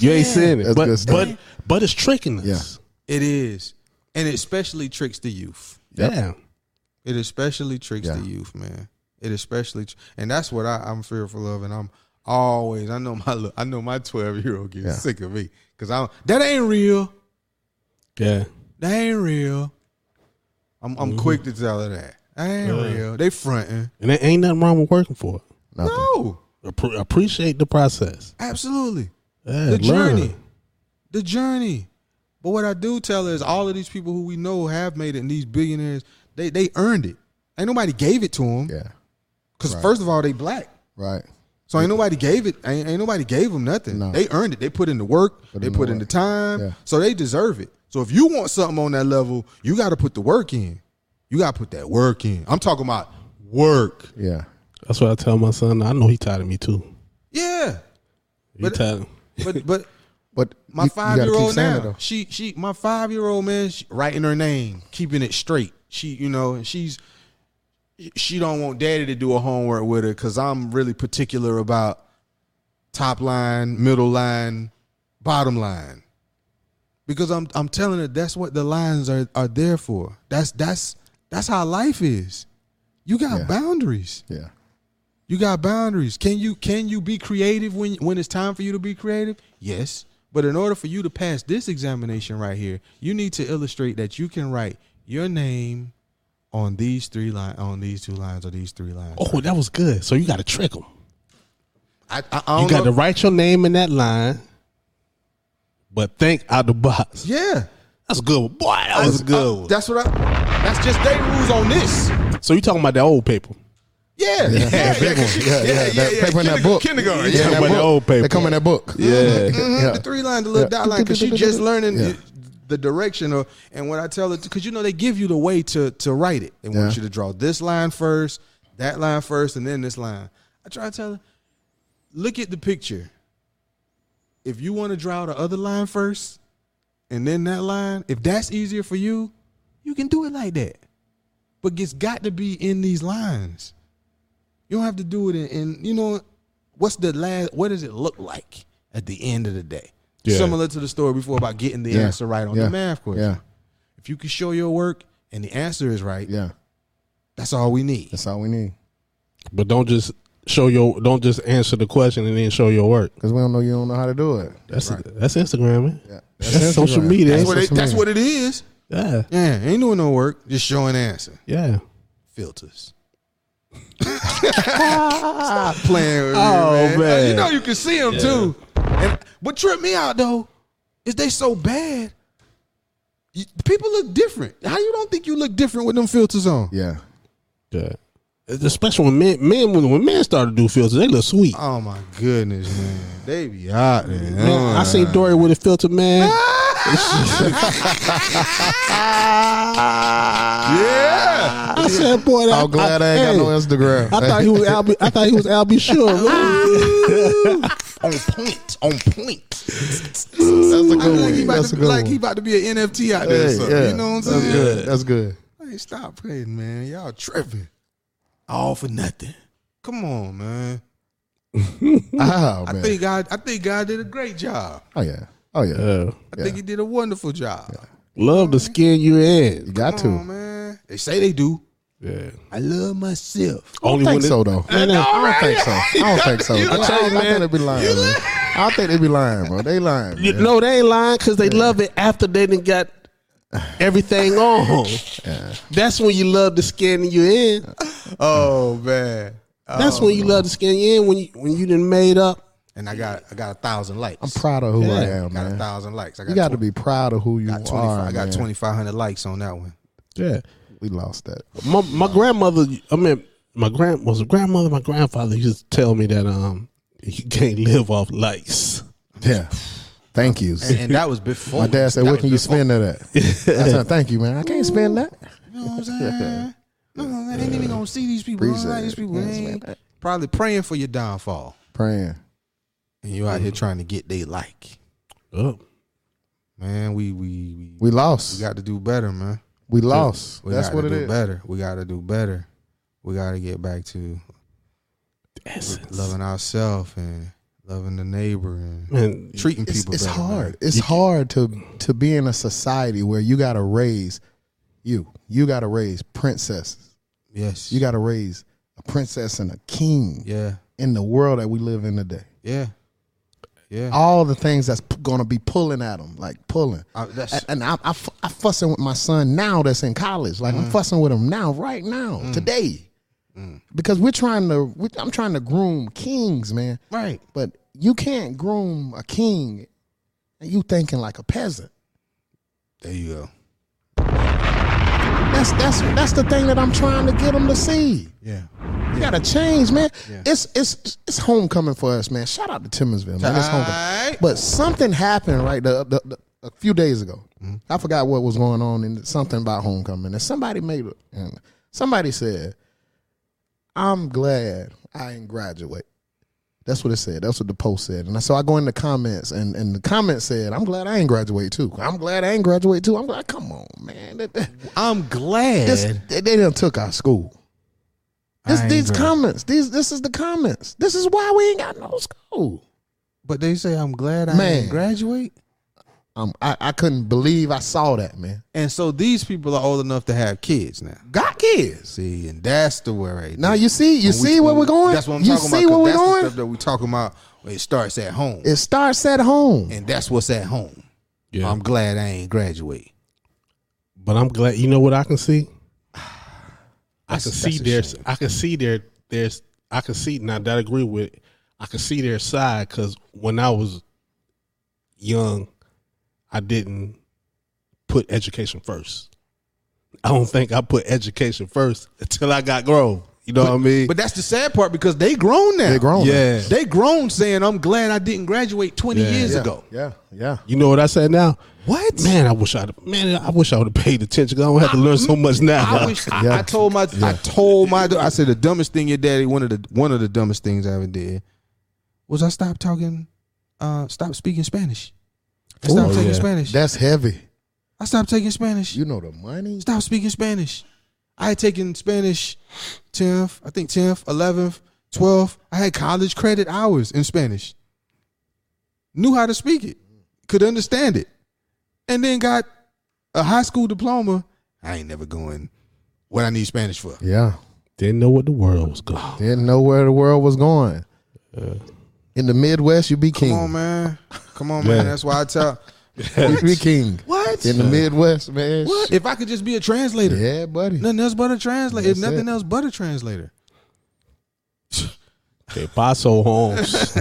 B: You ain't seeing it.
C: That's good
B: But
C: stuff.
B: but but it's tricking us.
A: It is, and it especially tricks the youth.
B: Yeah.
A: It especially tricks the
C: Yeah.
A: youth, man. It especially, tr- and that's what I, I'm fearful of, and I'm always. I know my li- I know my 12 year old gets
C: Yeah.
A: sick of me because I'm that ain't real.
B: Yeah.
A: That ain't real. I'm,
C: Mm-hmm.
A: I'm quick to tell her that. That ain't real. They fronting.
B: And there ain't nothing wrong with working for it.
C: Nothing.
A: No,
B: Appre- appreciate the process.
A: absolutely.
B: Yeah,
A: the
B: learn.
A: journey. The journey. But what I do tell her is all of these people who we know have made it and these billionaires, they they earned it. Ain't nobody gave it to them.
C: Yeah.
A: Cause first of all, they black.
C: Right.
A: So ain't nobody gave it. Ain't, ain't nobody gave them nothing.
C: No.
A: They earned it. They put in the work. they
C: in the
A: put in the
C: work.
A: time.
C: Yeah.
A: So they deserve it. So if you want something on that level, you got to put the work in. You got to put that work in. I'm talking about
C: <laughs>
A: work.
C: Yeah.
B: That's what I tell my son. I know he tired of me too.
A: Yeah.
B: He
A: But-
B: tired.
A: But but
C: But
A: my
C: you- you
A: five
C: gotta
A: year
C: keep
A: old
C: saying it,
A: now.
C: though.
A: She she my five year old man she, writing her name, keeping it straight. She you know and she's she don't want daddy to do a homework with her because I'm really particular about top line, middle line, bottom line. Because I'm I'm telling her that's what the lines are are there for. That's that's that's how life is. You got
C: Yeah.
A: boundaries.
B: <laughs>
C: Yeah.
A: You got boundaries. Can you can you be creative when when it's time for you to be creative? Yes. But in order for you to pass this examination right here, you need to illustrate that you can write your name on these three line on these two lines or these three lines.
B: Oh, that was good. So you got to trick him.
A: I, I,
B: You
A: I don't
B: got to
A: know.
B: write your name in that line, but think out the box.
A: yeah.
B: That's good, boy. That was a good.
A: I-
B: one.
A: that's what I. That's just they rules on this.
B: so you talking about the old paper?
A: Yeah. <laughs> Yeah.
C: that big one. Yeah, yeah, that paper in that
A: Kindergar-
C: book.
A: Kindergarten.
C: They
A: Yeah.
B: Yeah.
C: come in
B: but
C: that
B: the
C: book.
B: old
C: They
B: paper.
C: come in that book.
A: Mhm,
C: Yeah.
A: The three line, the little
C: Yeah.
A: dot line, because she just learning.
C: Yeah.
A: The direction of and what I tell her, because you know they give you the way to to write it. They want
C: Yeah.
A: you to draw this line first, that line first, and then this line. I try to tell her, look at the picture. If you want to draw the other line first, and then that line, if that's easier for you, you can do it like that. But it's got to be in these lines. You don't have to do it in, in you know, what's the last, what does it look like at the end of the day?
B: Yeah.
A: Similar to the story before about getting the
C: Yeah.
A: answer right on
C: Yeah.
A: the math question.
C: Yeah.
A: If you can show your work and the answer is right,
C: Yeah.
A: that's all we need.
C: That's all we need.
B: But don't just show your. Don't just answer the question and then show your work.
C: Because we don't know you don't know how to do it.
B: That's that's Instagram, man. That's,
C: That's
B: social
C: Instagram.
B: media.
A: That's, what it,
C: what
A: that's
C: I mean.
A: what it is.
B: yeah,
A: Yeah, ain't doing no work, just showing answer.
B: yeah.
A: filters. Stop <laughs> playing with
B: Oh,
A: me, man. Uh,
B: man.
A: You know you can see them too. And what tripped me out though is they so bad. You- people look different. How you don't think you look different with them filters on?
C: Yeah.
B: Yeah. Especially when men, men when, when men start to do filters, they look sweet.
A: Oh my goodness, man. They be out there.
B: Man, I
C: Mm.
B: seen Dory with a filter,
C: <laughs>
B: man.
A: yeah.
B: I said, boy, that,
C: I'm glad I, ain't
B: hey,
C: got no Instagram.
B: I
C: <laughs>
B: thought he was Albie. I thought he was Albie Sure.
A: On point. On point.
C: That's a
A: I
C: good
A: think he
C: one.
A: about
C: That's
A: to
C: a
A: be
C: good
A: like he
C: one.
A: about to be an NFT out there. or
C: Hey,
A: something.
C: yeah.
A: You know what I'm saying?
C: That's good. That's good.
A: Hey, stop playing, man. Y'all tripping. All for nothing. Come on, man.
C: Oh
A: I
C: man.
A: think God, I think God did a great job.
C: oh yeah. Oh yeah.
B: Uh,
A: I think He did a wonderful job.
B: love the skin you're in.
C: you got
A: Come
B: Mm.
C: to.
A: on, man. They say they do.
B: Yeah.
A: I love myself.
B: Only
C: I think
B: when it-
C: so though. I don't think so. I
A: <laughs>
C: don't think so. I
B: lying,
C: think- I
B: man.
C: think they be lying. man. I think they be lying, bro. They lying.
B: You-
C: man.
B: No, they ain't lying because they love it after they done got everything
C: <laughs>
B: on. That's when you love the skin you're in.
A: Oh
C: Mm.
A: man.
B: That's when
C: Oh.
B: you love the skin you're in when you when you done made up.
A: And I got I got a thousand likes.
C: I'm proud of who I
B: Yeah.
C: am,
A: got a
C: man.
A: thousand likes. I got
C: You got to
A: 20
C: be proud of who you
A: got 25
C: are.
A: I got
C: man.
A: twenty five hundred likes on that one.
B: Yeah.
C: We lost that.
B: My my grandmother, I mean, my grand was a grandmother. My grandfather used to tell me that um, <laughs> you can't live off likes.
C: Yeah. Thank yous.
A: And, and that was before
C: <laughs> My dad said,
A: that
C: "Where
A: was
C: can you
A: before-
C: spend that at?" I said, "Thank you, man. I can't spend that."
A: You know what I'm saying? No, man, they ain't even gonna see these people.
C: Appreciate
A: Like, these
C: it.
A: people
C: Yes,
A: ain't-
C: man.
A: probably praying for your downfall,
C: <laughs> Praying.
A: and you
C: Mm.
A: out here trying to get they like.
B: Oh,
A: Man, we we we,
C: We
A: we
C: lost.
A: got to do better, man.
C: We lost.
A: We
C: That's
A: gotta
C: what it
A: do
C: is.
A: Better. We got to do better. We got to get back to
B: essence.
A: loving ourselves and loving the neighbor and
B: Man,
A: treating
C: It's,
A: people.
C: it's
A: better,
C: hard. It's hard to to be in a society where you got to raise you. You got to raise princesses.
A: Man. Yes.
C: You got to raise a princess and a king
A: Yeah.
C: in the world that we live in today.
A: Yeah. Yeah.
C: All the things that's p- gonna be pulling at them, like pulling.
A: I- that's-
C: and and I, I, f- I fussing with my son now that's in college. Like
A: Mm.
C: I'm fussing with him now, right now, today, because we're trying to. We, I'm trying to groom kings, man.
A: right.
C: But you can't groom a king, and you thinking like a peasant.
A: There you go.
C: That's that's that's the thing that I'm trying to get them to see.
A: Yeah.
C: You gotta change, man. It's it's it's homecoming for us, man. Shout out to Timminsville, man. It's homecoming.
A: Alright.
C: But something happened right the, the, the- a few days ago. I forgot what was going on and something about homecoming. And somebody made a- and somebody said, "I'm glad I didn't graduate." That's what it said. That's what the post said. And so I go in the comments, and, and the comments said, "I'm glad I ain't graduate too. I'm glad I ain't graduate too. I'm glad. Come on, man. That- that-
A: I'm glad.
C: this, they, they done took our school. This,
A: I ain't
C: these
A: gra-
C: comments. These this is the comments. This is why we ain't got no school.
A: But they say I'm glad I
C: Man.
A: didn't graduate.
C: Um, I, I couldn't believe I saw that man.
A: And so these people are old enough to have kids now.
C: Got kids.
A: See, and that's the way right
C: Now
A: there.
C: you see, you
A: When we-
C: see where we're going.
A: That's what I'm
C: you
A: talking
C: see
A: about. 'cause
C: where we're
A: that's
C: going.
A: the stuff that we talking about. It starts at home,
C: it starts at home.
A: and that's what's at home.
B: Yeah.
A: I'm glad I ain't graduate.
B: But I'm glad. You know what I can see? I
A: That's-
B: can
A: that's
B: see
A: a
B: their.
A: shame.
B: I can see their. There's. I can see now that I agree with. it. I can see their side because when I was young, I didn't put education first. I don't think I put education first <laughs> until I got grown. You know what I mean?
A: But that's the sad part because they grown now.
C: They grown. now.
B: yeah.
A: They grown saying I'm glad I didn't graduate 20
B: Yeah.
A: years
C: Yeah.
A: ago.
C: Yeah. Yeah.
B: You know what I say now?
A: What?
B: Man, I wish I'd man, I wish I would have paid attention. 'cause I don't have to learn so much now.
A: I, wish, I-
C: Yeah.
A: I, told my I told my I said the dumbest thing your daddy one of the one of the dumbest things I ever did was I stopped talking uh stopped speaking Spanish. I stopped
B: Ooh.
A: taking
B: Yeah.
A: Spanish.
C: That's heavy.
A: I stopped taking Spanish.
C: You know the money.
A: Stop speaking Spanish. I had taken Spanish 10th, I think 10th, 11th, 12th. I had college credit hours in Spanish. Knew how to speak it, could understand it, and then got a high school diploma. I ain't never going what I need Spanish for.
C: Yeah.
B: Didn't know what the world was going.
A: Oh.
C: Didn't know where the world was going. In the Midwest, you be king.
A: Come on, man. Come on, man. That's why I
C: <laughs>
A: tell.
C: You be king.
A: What?
C: In the Midwest, man.
A: What? If I could just be a translator.
C: Yeah, buddy.
A: Nothing else but a translator. if
C: That's
A: nothing
C: it.
A: else but a translator.
B: Hey, Paso
A: <laughs>
B: Holmes,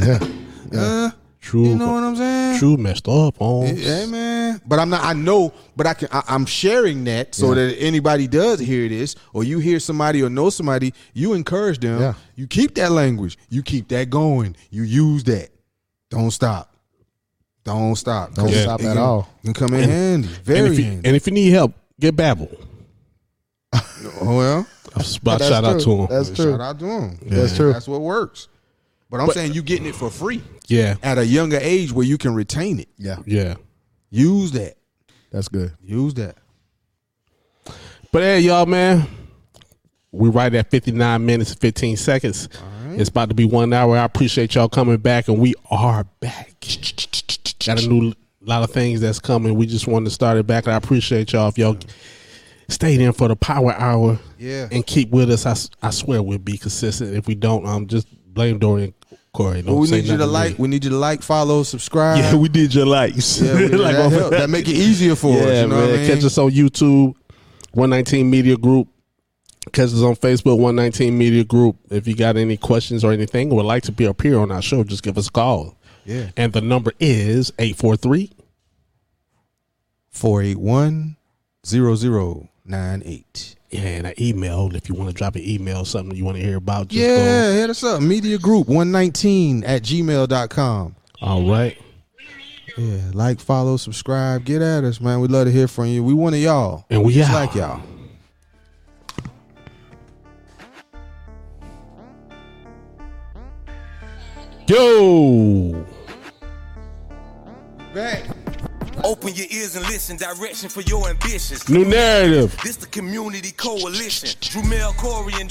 A: Uh,
B: true,
A: you know what I'm saying?
B: true messed up Holmes.
A: Yeah, man. But I'm not. I know. But I can. I, I'm sharing that so that anybody does hear this, or you hear somebody or know somebody, you encourage them.
C: Yeah.
A: You keep that language. You keep that going. You use that. Don't stop. Don't stop.
C: Don't
A: It
C: stop
A: can-
C: at all.
A: It can come in handy.
B: and,
A: Very
B: if you,
A: handy.
B: and if you need help, get Babel.
A: oh well.
B: I was about to
C: That's
B: shout out to
C: true.
B: him.
C: That's true.
A: Shout out to them.
C: That's true.
A: That's what works. But I'm saying you getting it for free
B: yeah,
A: at a younger age where you can retain it.
C: Yeah.
B: yeah.
A: Use that.
C: That's good.
A: Use that.
B: But hey, y'all, man, we right at fifty nine minutes and fifteen seconds. It's about to be one hour. I appreciate y'all coming back, and we are back. Got a new lot of things that's coming. We just wanted to start it back. I appreciate y'all if y'all stayed in for the power hour.
A: Yeah.
B: and keep with us. I, s- I swear we'll be consistent. If we don't, um, just blame Dorian Corey. Don't
A: we
B: say
A: need you to
B: nothing me.
A: like. We need you to like, follow, subscribe.
B: <laughs> Yeah, we did your likes. <laughs>
A: <laughs> Yeah, we-
B: Like oh,
A: that,
B: my-
A: help. That make it easier for us. You know what I mean?
B: Catch us on YouTube, 119 Media Group. Catch us on Facebook, 119 Media Group. If you got any questions or anything, or would like to be appear on our show, just give us a call.
A: Yeah.
B: And the number is 843
A: 481 0098.
B: and an email. If you want to drop an email, something you want to hear about, just
A: Yeah, hit us up. Media Group 119 at gmail.com.
B: go. All right.
A: Yeah, like, follow, subscribe. Get at us, man. we love to hear from you. We one of y'all.
B: And we
A: Just
B: out.
A: like y'all.
B: Yo.
D: Open your ears and listen. Direction for your ambitions.
B: New narrative.
D: This the community coalition. Drumel Corey and